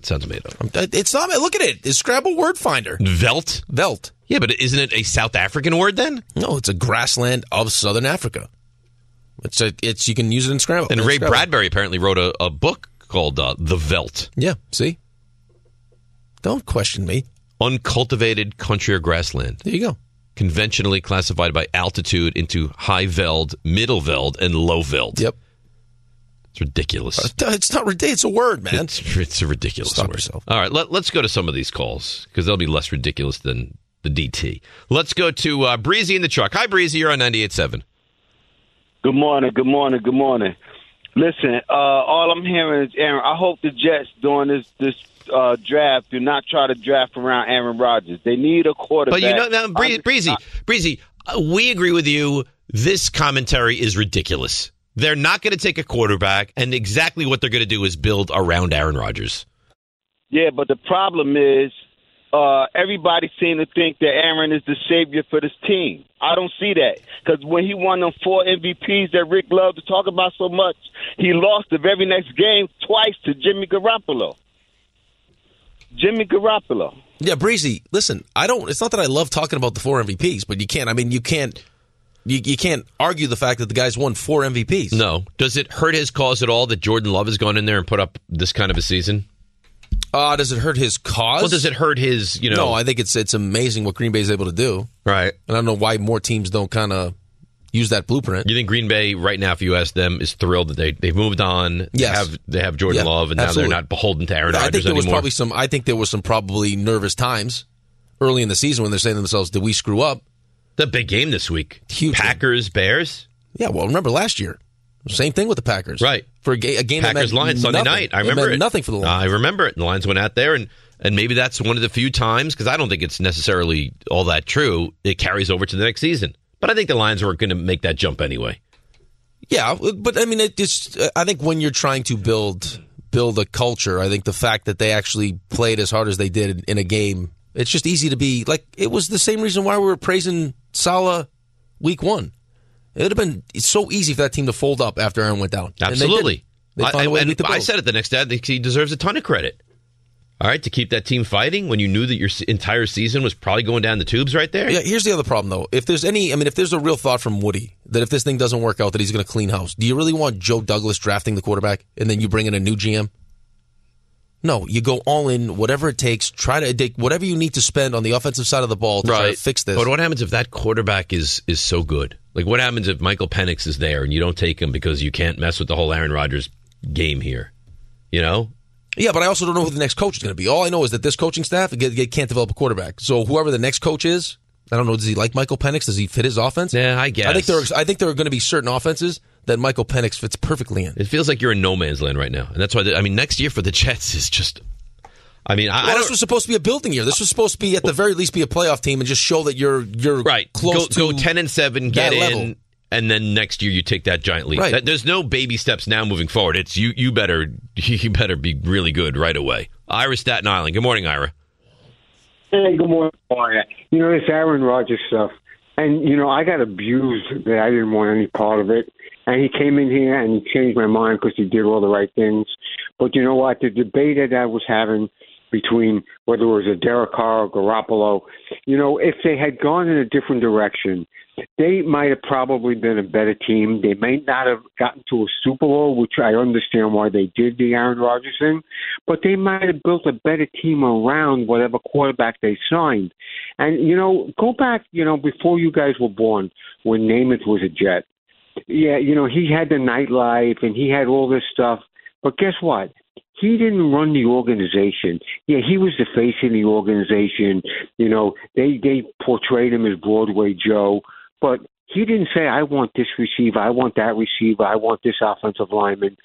[SPEAKER 3] Sounds made up.
[SPEAKER 2] I'm- Uh, It's not. Look at it. It's Scrabble word finder.
[SPEAKER 3] Velt?
[SPEAKER 2] Veld.
[SPEAKER 3] Yeah, but isn't it a South African word then?
[SPEAKER 2] No, it's a grassland of southern Africa. It's a, it's you can use it in Scrabble.
[SPEAKER 3] And
[SPEAKER 2] in
[SPEAKER 3] Ray
[SPEAKER 2] Scrabble.
[SPEAKER 3] Bradbury apparently wrote a, a book called uh, The Velt
[SPEAKER 2] Yeah. See. Don't question me.
[SPEAKER 3] Uncultivated Country or Grassland,
[SPEAKER 2] There you go.
[SPEAKER 3] conventionally classified by altitude into High Veld, Middle Veld, and Low Veld.
[SPEAKER 2] Yep.
[SPEAKER 3] It's ridiculous.
[SPEAKER 2] It's not ridiculous. It's a word, man.
[SPEAKER 3] It's, it's a ridiculous
[SPEAKER 2] Stop
[SPEAKER 3] word.
[SPEAKER 2] yourself.
[SPEAKER 3] All right, let, us go to some of these calls because they'll be less ridiculous than the DT. Let's go to uh, Breezy in the truck. Hi, Breezy. You're on 98.7.
[SPEAKER 9] Good morning, good morning, good morning. Listen, uh, all I'm hearing is Aaron. I hope the Jets during this this uh, draft do not try to draft around Aaron Rodgers. They need a
[SPEAKER 3] But
[SPEAKER 9] quarterback.
[SPEAKER 3] you know, now, Bree-
[SPEAKER 9] I'm-
[SPEAKER 3] Breezy, Breezy, uh, we agree with you. This commentary is ridiculous. They're not going to take a quarterback, and exactly what they're going to do is build around Aaron Rodgers.
[SPEAKER 9] Yeah, but the problem is uh, everybody seemed to think that Aaron is the savior for this team. I don't see that because when he won them four MVPs that Rick loved to talk about so much, he lost the very next game twice to Jimmy Garoppolo. Jimmy Garoppolo.
[SPEAKER 2] Yeah, Breezy. Listen, I don't. It's not that I love talking about the four MVPs, but you can't. I mean, you can't. You, you can't argue the fact that the guy's won four MVPs.
[SPEAKER 3] No. Does it hurt his cause at all that Jordan Love has gone in there and put up this kind of a season?
[SPEAKER 2] Uh, does it hurt his cause?
[SPEAKER 3] Well, does it hurt his, you know?
[SPEAKER 2] No, I think it's it's amazing what Green Bay is able to do,
[SPEAKER 3] right.
[SPEAKER 2] and I don't know why more teams don't kind of use that blueprint.
[SPEAKER 3] You think Green Bay right now, if you ask them, is thrilled that they they've moved on?
[SPEAKER 2] Yes.
[SPEAKER 3] They have they have Jordan
[SPEAKER 2] Yeah,
[SPEAKER 3] Love, and
[SPEAKER 2] absolutely.
[SPEAKER 3] now they're not beholden to Aaron
[SPEAKER 2] I
[SPEAKER 3] Rodgers
[SPEAKER 2] think there was
[SPEAKER 3] anymore.
[SPEAKER 2] probably some. I think there was some probably nervous times early in the season when they're saying to themselves, "Did we screw up?"
[SPEAKER 3] the big game this week,
[SPEAKER 2] Huge game.
[SPEAKER 3] Packers Bears.
[SPEAKER 2] Yeah. Well, remember last year, same thing with the Packers,
[SPEAKER 3] Right.
[SPEAKER 2] For a, ga- a game
[SPEAKER 3] Packers
[SPEAKER 2] that meant
[SPEAKER 3] Lions Sunday
[SPEAKER 2] nothing.
[SPEAKER 3] night. I remember
[SPEAKER 2] it meant
[SPEAKER 3] it.
[SPEAKER 2] nothing for the Lions.
[SPEAKER 3] I remember it. And the Lions went out there and and maybe that's one of the few times because I don't think it's necessarily all that true. It carries over to the next season, but I think the Lions were going to make that jump anyway.
[SPEAKER 2] Yeah, but I mean, it just I think when you're trying to build build a culture, I think the fact that they actually played as hard as they did in a game, it's just easy to be like it was the same reason why we were praising Salah week one. It would have been so easy for that team to fold up after Aaron went down. And they didn't.
[SPEAKER 3] Absolutely.
[SPEAKER 2] They found a way to
[SPEAKER 3] and
[SPEAKER 2] beat the
[SPEAKER 3] I
[SPEAKER 2] Bills.
[SPEAKER 3] said it the next day. I think he deserves a ton of credit. All right, to keep that team fighting when you knew that your s- entire season was probably going down the tubes right there.
[SPEAKER 2] Yeah, here's the other problem though. If there's any, I mean, if there's a real thought from Woody that if this thing doesn't work out, that he's going to clean house. Do you really want Joe Douglas drafting the quarterback and then you bring in a new GM? No, you go all in, whatever it takes. Try to take whatever you need to spend on the offensive side of the ball to try to fix this.
[SPEAKER 3] But what happens if that quarterback is is so good? Like, what happens if Michael Penix is there and you don't take him because you can't mess with the whole Aaron Rodgers game here? You know,
[SPEAKER 2] yeah, but I also don't know who the next coach is going to be. All I know is that this coaching staff get- get- can't develop a quarterback. So whoever the next coach is, I don't know. Does he like Michael Penix? Does he fit his offense?
[SPEAKER 3] Yeah, I guess.
[SPEAKER 2] I think there. Are, I think there are going to be certain offenses that Michael Penix fits perfectly in.
[SPEAKER 3] it feels like you're in no man's land right now, and that's why. The, I mean, next year for the Jets is just. I mean, I, I
[SPEAKER 2] Well,
[SPEAKER 3] don't.
[SPEAKER 2] this was supposed to be a building year. This was supposed to be, at the very least, be a playoff team and just show that you're you're
[SPEAKER 3] right,
[SPEAKER 2] close
[SPEAKER 3] go,
[SPEAKER 2] to
[SPEAKER 3] go ten and seven,
[SPEAKER 2] that
[SPEAKER 3] get in,
[SPEAKER 2] level.
[SPEAKER 3] and then next year you take that giant leap.
[SPEAKER 2] Right.
[SPEAKER 3] That- there's no baby steps now moving forward. It's you. You better you better be really good right away. Ira Staten Island. Good morning, Ira.
[SPEAKER 10] Hey, good morning. Maria. You know this Aaron Rodgers stuff, and you know I got abused that I didn't want any part of it. And he came in here and he changed my mind because he did all the right things. But you know what? The debate that I was having between whether it was a Derek Carr or Garoppolo, you know, if they had gone in a different direction, they might have probably been a better team. They may not have gotten to a Super Bowl, which I understand why they did the Aaron Rodgers thing, but they might have built a better team around whatever quarterback they signed. And, you know, go back, you know, before you guys were born, when Namath was a Jet. Yeah, you know, he had the nightlife and he had all this stuff. But guess what? He didn't run the organization. Yeah, he was the face of the organization. You know, they they portrayed him as Broadway Joe, but he didn't say, "I want this receiver, I want that receiver, I want this offensive lineman."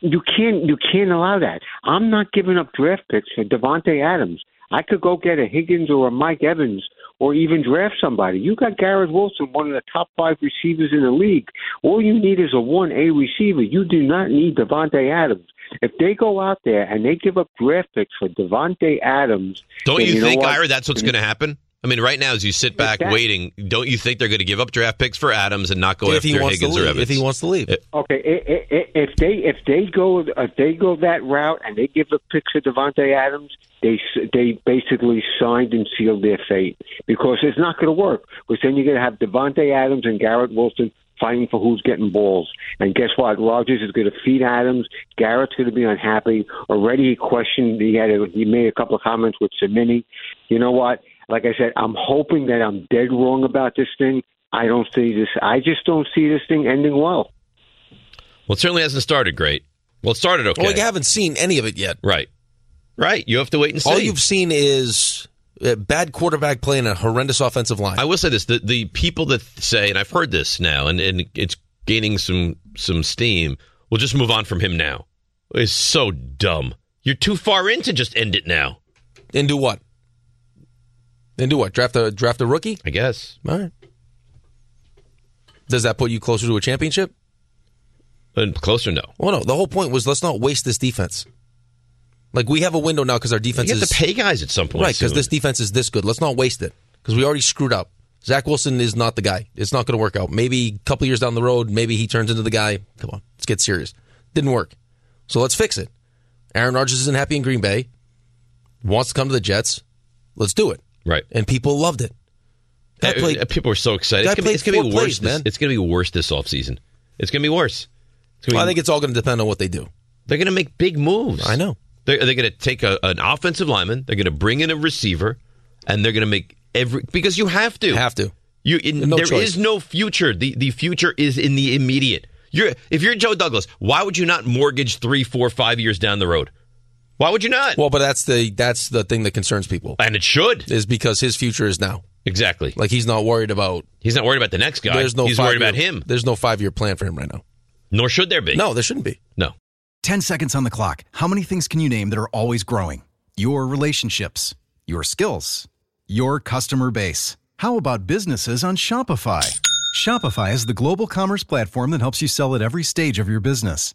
[SPEAKER 10] You can't you can't allow that. I'm not giving up draft picks for Devontae Adams. I could go get a Higgins or a Mike Evans or even draft somebody. You got Garrett Wilson, one of the top five receivers in the league. All you need is a one A receiver. You do not need Devontae Adams. If they go out there and they give up draft picks for Devontae Adams,
[SPEAKER 3] Don't
[SPEAKER 10] then
[SPEAKER 3] you,
[SPEAKER 10] know
[SPEAKER 3] think,
[SPEAKER 10] what?
[SPEAKER 3] Ira, that's what's going to happen? I mean, right now, as you sit back waiting, don't you think they're going to give up draft picks for Adams and not go
[SPEAKER 2] If
[SPEAKER 3] after
[SPEAKER 2] he wants to
[SPEAKER 3] Higgins or
[SPEAKER 2] leave,
[SPEAKER 3] Evans?
[SPEAKER 2] if he wants to leave,
[SPEAKER 10] Okay, i- i- i- if they if they go if they go that route and they give a pick to Devontae Adams, they s- they basically signed and sealed their fate because it's not going to work. Because then you're going to have Devontae Adams and Garrett Wilson fighting for who's getting balls. And guess what? Rogers is going to feed Adams. Garrett's going to be unhappy. Already he questioned. He had a, he made a couple of comments with Semini. You know what? Like I said, I'm hoping that I'm dead wrong about this thing. I don't see this. I just don't see this thing ending well.
[SPEAKER 3] Well, it certainly hasn't started great. Well, it started okay.
[SPEAKER 2] Well, you haven't seen any of it yet.
[SPEAKER 3] Right. Right. You have to wait and see.
[SPEAKER 2] All you've seen is uh, bad quarterback play and a horrendous offensive line.
[SPEAKER 3] I will say this: the the people that say, and I've heard this now, and, and it's gaining some some steam. We'll just move on from him now. It's so dumb. You're too far in to just end it now.
[SPEAKER 2] And do what? Then do what? Draft a draft a rookie?
[SPEAKER 3] I guess.
[SPEAKER 2] All right. Does that put you closer to a championship?
[SPEAKER 3] And Uh, closer, no.
[SPEAKER 2] Well, no. The whole point was let's not waste this defense. Like we have a window now because our defense
[SPEAKER 3] You
[SPEAKER 2] is
[SPEAKER 3] have to pay guys at some point
[SPEAKER 2] right? Because
[SPEAKER 3] soon.
[SPEAKER 2] this defense is this good. Let's not waste it because we already screwed up. Zach Wilson is not the guy. It's not going to work out. Maybe a couple years down the road, maybe he turns into the guy. Come on, let's get serious. Didn't work, so let's fix it. Aaron Rodgers isn't happy in Green Bay. Wants to come to the Jets. Let's do it.
[SPEAKER 3] Right.
[SPEAKER 2] And people loved it. Guy
[SPEAKER 3] Uh,
[SPEAKER 2] played-
[SPEAKER 3] uh, people are so excited.
[SPEAKER 2] Guy
[SPEAKER 3] It's gonna, be-
[SPEAKER 2] played
[SPEAKER 3] it's gonna be
[SPEAKER 2] four
[SPEAKER 3] worse.
[SPEAKER 2] plays,
[SPEAKER 3] this,
[SPEAKER 2] man.
[SPEAKER 3] It's gonna be worse this offseason. It's gonna be worse. It's gonna
[SPEAKER 2] Well,
[SPEAKER 3] be-
[SPEAKER 2] I think it's all going to depend on what they do.
[SPEAKER 3] They're going to make big moves.
[SPEAKER 2] I know.
[SPEAKER 3] They're, they're going to take a, an offensive lineman. They're going to bring in a receiver, and they're going to make every because you have to have
[SPEAKER 2] to.
[SPEAKER 3] You in,
[SPEAKER 2] No
[SPEAKER 3] there is
[SPEAKER 2] choice.
[SPEAKER 3] no future. The the future is in the immediate. You're if you're Joe Douglas, why would you not mortgage three, four, five years down the road? Why would you not?
[SPEAKER 2] Well, but that's the that's the thing that concerns people,
[SPEAKER 3] and it should
[SPEAKER 2] is because his future is now.
[SPEAKER 3] Exactly.
[SPEAKER 2] Like he's not worried about.
[SPEAKER 3] He's not worried about the next guy.
[SPEAKER 2] There's no.
[SPEAKER 3] He's worried
[SPEAKER 2] five-year-
[SPEAKER 3] about him.
[SPEAKER 2] There's no five year plan for him right now.
[SPEAKER 3] Nor should there be.
[SPEAKER 2] No, there shouldn't be.
[SPEAKER 3] No.
[SPEAKER 7] 10 seconds on the clock. How many things can you name that are always growing? Your relationships, your skills, your customer base. How about businesses on Shopify? Shopify is the global commerce platform that helps you sell at every stage of your business.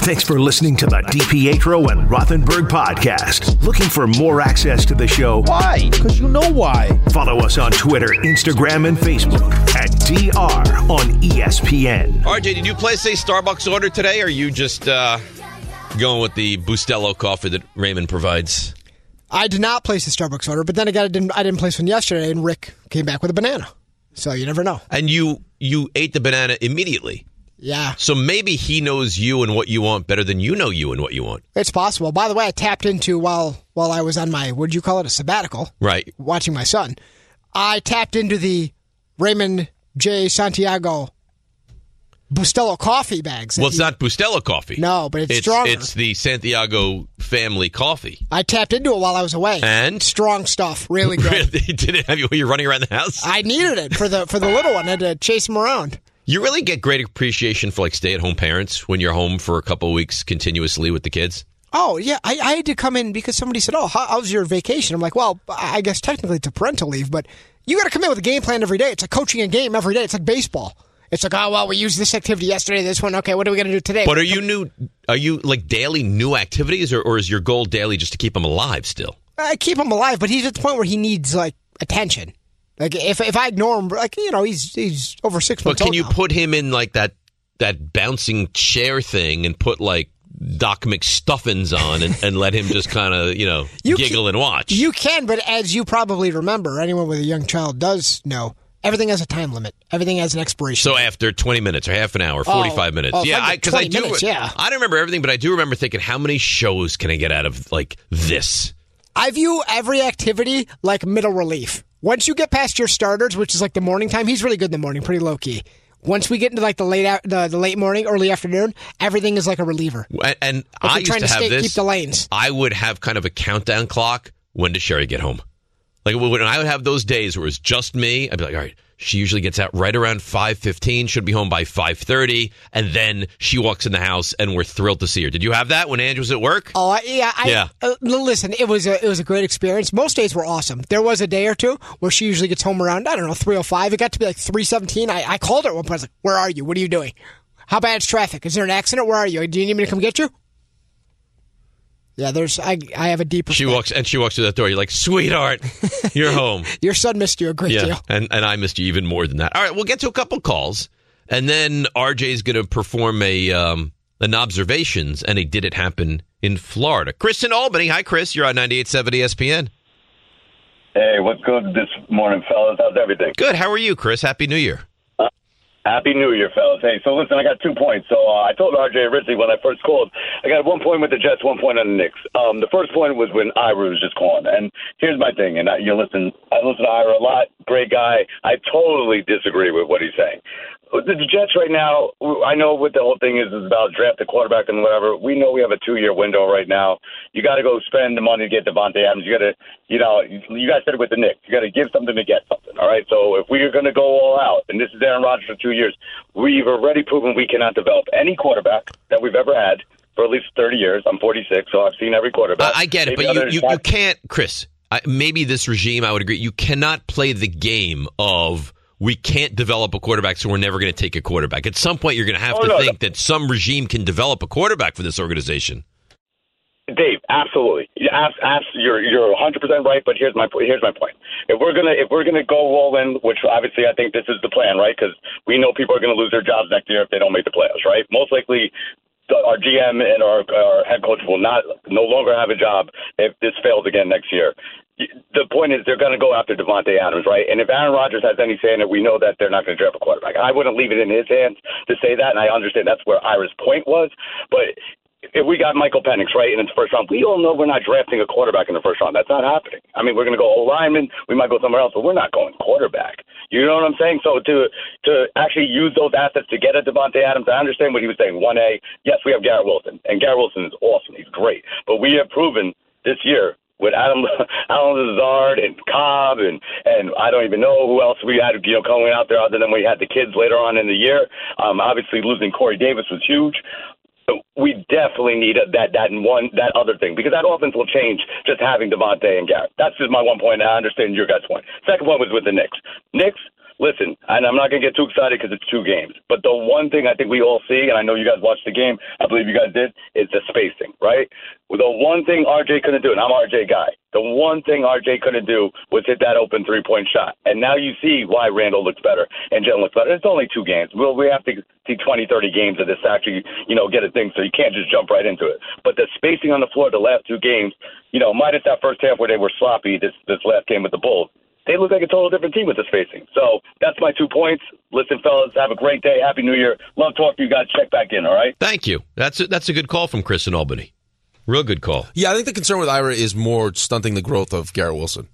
[SPEAKER 1] Thanks for listening to the DiPietro and Rothenberg podcast. Looking for more access to the show? Why? Because you know why. Follow us on Twitter, Instagram, and Facebook at DR on E ESPN.
[SPEAKER 3] RJ, did you place a Starbucks order today? Or are you just uh, going with the Bustelo coffee that Raymond provides?
[SPEAKER 4] I did not place a Starbucks order, but then again, I didn't. I didn't place one yesterday, and Rick came back with a banana. So you never know.
[SPEAKER 3] and you you ate the banana immediately.
[SPEAKER 4] Yeah,
[SPEAKER 3] So maybe he knows you and what you want better than you know you and what you want.
[SPEAKER 4] it's possible. By the way, I tapped into while while I was on my what do you call it a sabbatical,
[SPEAKER 3] Right.
[SPEAKER 4] watching my son. I tapped into the Raymond J. Santiago Bustelo coffee bags.
[SPEAKER 3] Well, it's not Bustelo coffee.
[SPEAKER 4] No, but it's stronger.
[SPEAKER 3] It's the Santiago family coffee.
[SPEAKER 4] I tapped into it while I was away.
[SPEAKER 3] And?
[SPEAKER 4] strong stuff, really good.
[SPEAKER 3] Did it have you? You're running around the house.
[SPEAKER 4] I needed it for the for the little one. I had to chase him around.
[SPEAKER 3] You really get great appreciation for like stay-at-home parents when you're home for a couple of weeks continuously with the kids.
[SPEAKER 4] Oh yeah, I, I had to come in because somebody said, "Oh, how, how's your vacation?" I'm like, "Well, I guess technically it's a parental leave, but you got to come in with a game plan every day. It's like coaching a game every day. It's like baseball. It's like, oh well, we used this activity yesterday, this one. Okay, what are we going to do today?
[SPEAKER 3] But are you new? Are you like daily new activities, or, or is your goal daily just to keep them alive still?
[SPEAKER 4] I keep him alive, but he's at the point where he needs like attention. Like if if I ignore him, like you know, he's he's over six
[SPEAKER 3] But
[SPEAKER 4] months
[SPEAKER 3] can
[SPEAKER 4] old
[SPEAKER 3] you
[SPEAKER 4] now.
[SPEAKER 3] put him in like that that bouncing chair thing and put like Doc McStuffins on and, and let him just kind of you know
[SPEAKER 4] You
[SPEAKER 3] giggle and watch?
[SPEAKER 4] You can, but as you probably remember, anyone with a young child does know everything has a time limit. Everything has an expiration.
[SPEAKER 3] So after 20 minutes or half an hour,
[SPEAKER 4] Oh,
[SPEAKER 3] 45 minutes.
[SPEAKER 4] oh, if
[SPEAKER 3] yeah,
[SPEAKER 4] I get
[SPEAKER 3] because I,
[SPEAKER 4] 20
[SPEAKER 3] do.
[SPEAKER 4] minutes, yeah.
[SPEAKER 3] I don't remember everything, but I do remember thinking, how many shows can I get out of like this?
[SPEAKER 4] I view every activity like middle relief. Once you get past your starters, which is like the morning time, he's really good in the morning, pretty low key. Once we get into like the late out, the, the late morning, early afternoon, everything is like a reliever.
[SPEAKER 3] And, and
[SPEAKER 4] you're
[SPEAKER 3] I used
[SPEAKER 4] trying
[SPEAKER 3] to
[SPEAKER 4] to
[SPEAKER 3] have
[SPEAKER 4] stay-
[SPEAKER 3] this.
[SPEAKER 4] keep the lanes.
[SPEAKER 3] I would have kind of a countdown clock. When does Sherry get home? Like when I would have those days where it was just me, I'd be like, all right, she usually gets out right around five fifteen. Should be home by five thirty, and then she walks in the house, and we're thrilled to see her. Did you have that when Ange was at work?
[SPEAKER 4] Oh I- yeah, I,
[SPEAKER 3] Yeah.
[SPEAKER 4] Uh, l- listen, it was a it was a great experience. Most days were awesome. There was a day or two where she usually gets home around I don't know three o five. It got to be like three seventeen. I, I called her at one point. I was like, "Where are you? What are you doing? How bad is traffic? Is there an accident? Where are you? Do you need me to come get you?" Yeah, there's I I have a deeper.
[SPEAKER 3] She walks and she walks through that door. You're like, sweetheart, you're home.
[SPEAKER 4] Your son missed you a great deal.
[SPEAKER 3] And and I missed you even more than that. All right, we'll get to a couple calls, and then RJ's going to perform a um, an observations and a did it happen in Florida. Chris in Albany. Hi, Chris. You're on 98.7 ESPN.
[SPEAKER 11] Hey, what's good this morning, fellas? How's everything? Uh,
[SPEAKER 3] Good. How are you, Chris? Happy New Year.
[SPEAKER 11] Happy New Year, fellas. Hey, so listen, I got two points. So uh, I told RJ originally when I first called, I got one point with the Jets, one point on the Knicks. Um, the first point was when Ira was just calling. And here's my thing, and I, you listen, I listen to Ira a lot. Great guy. I totally disagree with what he's saying. The Jets right now, I know what the whole thing is is about draft the quarterback and whatever. We know we have a two year window right now. You got to go spend the money to get Devontae Adams. You got to, you know, you guys said it with the Knicks. You got to give something to get something. All right. So if we are going to go all out, and this is Aaron Rodgers for two years, we've already proven we cannot develop any quarterback that we've ever had for at least 30 years. I'm 46, so I've seen every quarterback.
[SPEAKER 3] I get it,
[SPEAKER 11] Maybe
[SPEAKER 3] but you,
[SPEAKER 11] other-
[SPEAKER 3] you, you can't, Chris. I, maybe this regime, I would agree, you cannot play the game of we can't develop a quarterback, so we're never going to take a quarterback. At some point, you're going to have
[SPEAKER 11] Oh,
[SPEAKER 3] to
[SPEAKER 11] no,
[SPEAKER 3] think that some regime can develop a quarterback for this organization.
[SPEAKER 11] Dave, absolutely. You abs- abs- You're you're 100 percent right. But here's my po- here's my point. If we're gonna if we're gonna go all in, which obviously I think this is the plan, right? Because we know people are gonna lose their jobs next year if they don't make the playoffs, right? Most likely, the, our GM and our, our head coach will not no longer have a job if this fails again next year. The point is they're going to go after Devontae Adams, right? And if Aaron Rodgers has any say in it, we know that they're not going to draft a quarterback. I wouldn't leave it in his hands to say that, and I understand that's where Ira's point was. But if we got Michael Penix, right, in the first round, we all know we're not drafting a quarterback in the first round. That's not happening. I mean, we're going to go O lineman. We might go somewhere else, but we're not going quarterback. You know what I'm saying? So to to actually use those assets to get a Devontae Adams, I understand what he was saying. One A, yes, we have Garrett Wilson, and Garrett Wilson is awesome. He's great, but we have proven this year with Adam Alan Lazard and Cobb and and I don't even know who else we had you know coming out there other than we had the kids later on in the year. Um, obviously losing Corey Davis was huge. We definitely need that that and one that other thing because that offense will change just having Devontae and Garrett. That's just my one point. and I understand your guys' point. Second one was with the Knicks. Knicks, listen, and I'm not going to get too excited because it's two games. But the one thing I think we all see, and I know you guys watched the game, I believe you guys did, is the spacing, right? The one thing RJ couldn't do, and I'm RJ guy. The one thing RJ couldn't do was hit that open three point shot. And now you see why Randall looks better and Jalen looks better. It's only two games. We'll, we have to see 20, 30 games of this to actually, you know, get a thing. So you can't just jump right into it. But the spacing on the floor the last two games, you know, minus that first half where they were sloppy this, this last game with the Bulls, they look like a total different team with the spacing. So that's my two points. Listen, fellas, have a great day. Happy New Year. Love talking to you guys. Check back in, all right?
[SPEAKER 3] Thank you. That's a, that's a good call from Chris in Albany. Real good call.
[SPEAKER 2] Yeah, I think the concern with Ira is more stunting the growth of Garrett Wilson.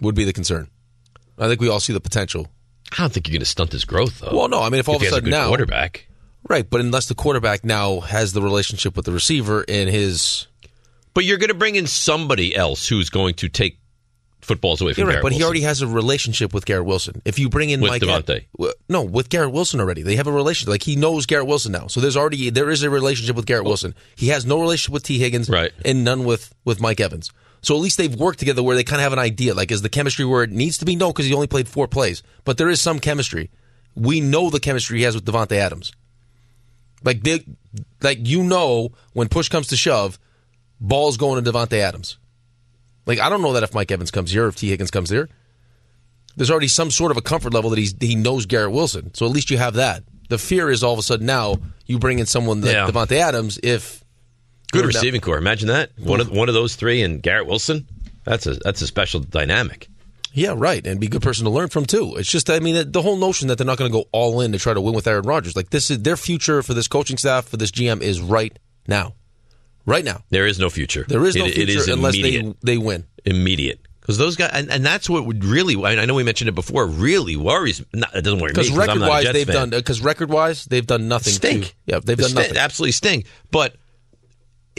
[SPEAKER 2] Would be the concern. I think we all see the potential.
[SPEAKER 3] I don't think you're going to stunt his growth, though.
[SPEAKER 2] Well, no, I mean, if all of
[SPEAKER 3] he
[SPEAKER 2] a
[SPEAKER 3] has
[SPEAKER 2] sudden
[SPEAKER 3] good
[SPEAKER 2] now
[SPEAKER 3] quarterback,
[SPEAKER 2] right? But unless the quarterback now has the relationship with the receiver in his,
[SPEAKER 3] but you're going to bring in somebody else who's going to take footballs away from
[SPEAKER 2] You're right,
[SPEAKER 3] Garrett
[SPEAKER 2] but he
[SPEAKER 3] Wilson.
[SPEAKER 2] already has a relationship with Garrett Wilson. If you bring in
[SPEAKER 3] With
[SPEAKER 2] Mike
[SPEAKER 3] Devontae.
[SPEAKER 2] W- no, with Garrett Wilson already, they have a relationship. Like he knows Garrett Wilson now, so there's already there is a relationship with Garrett Wilson. He has no relationship with T Higgins, right. and none with with Mike Evans. So at least they've worked together where they kind of have an idea. Like, is the chemistry where it needs to be? No, because he only played four plays, but there is some chemistry. We know the chemistry he has with Devontae Adams. Like they, like you know, when push comes to shove, ball's going to Devontae Adams. Like I don't know that if Mike Evans comes here, or if T Higgins comes here, there's already some sort of a comfort level that he's he knows Garrett Wilson. So at least you have that. The fear is all of a sudden now you bring in someone that
[SPEAKER 3] Yeah.
[SPEAKER 2] Devontae Adams if
[SPEAKER 3] Good receiving core. Imagine that one of one of those three and Garrett Wilson. That's a that's a special dynamic.
[SPEAKER 2] Yeah, right, and be a good person to learn from too. It's just, I mean, the whole notion that they're not going to go all in to try to win with Aaron Rodgers, like this is their future for this coaching staff for this GM is right now, right now.
[SPEAKER 3] There is no future.
[SPEAKER 2] There is no
[SPEAKER 3] It- it
[SPEAKER 2] future
[SPEAKER 3] is
[SPEAKER 2] unless they
[SPEAKER 3] immediate.
[SPEAKER 2] they win.
[SPEAKER 3] immediate because those guys and, and that's what would really I know we mentioned it before really worries not, it doesn't worry me
[SPEAKER 2] Because
[SPEAKER 3] I'm not a
[SPEAKER 2] record wise,
[SPEAKER 3] Jets
[SPEAKER 2] they've
[SPEAKER 3] fan.
[SPEAKER 2] done uh, because record wise they've done nothing. to-
[SPEAKER 3] stink
[SPEAKER 2] yeah, they've done
[SPEAKER 3] Sti-
[SPEAKER 2] nothing.
[SPEAKER 3] absolutely stink but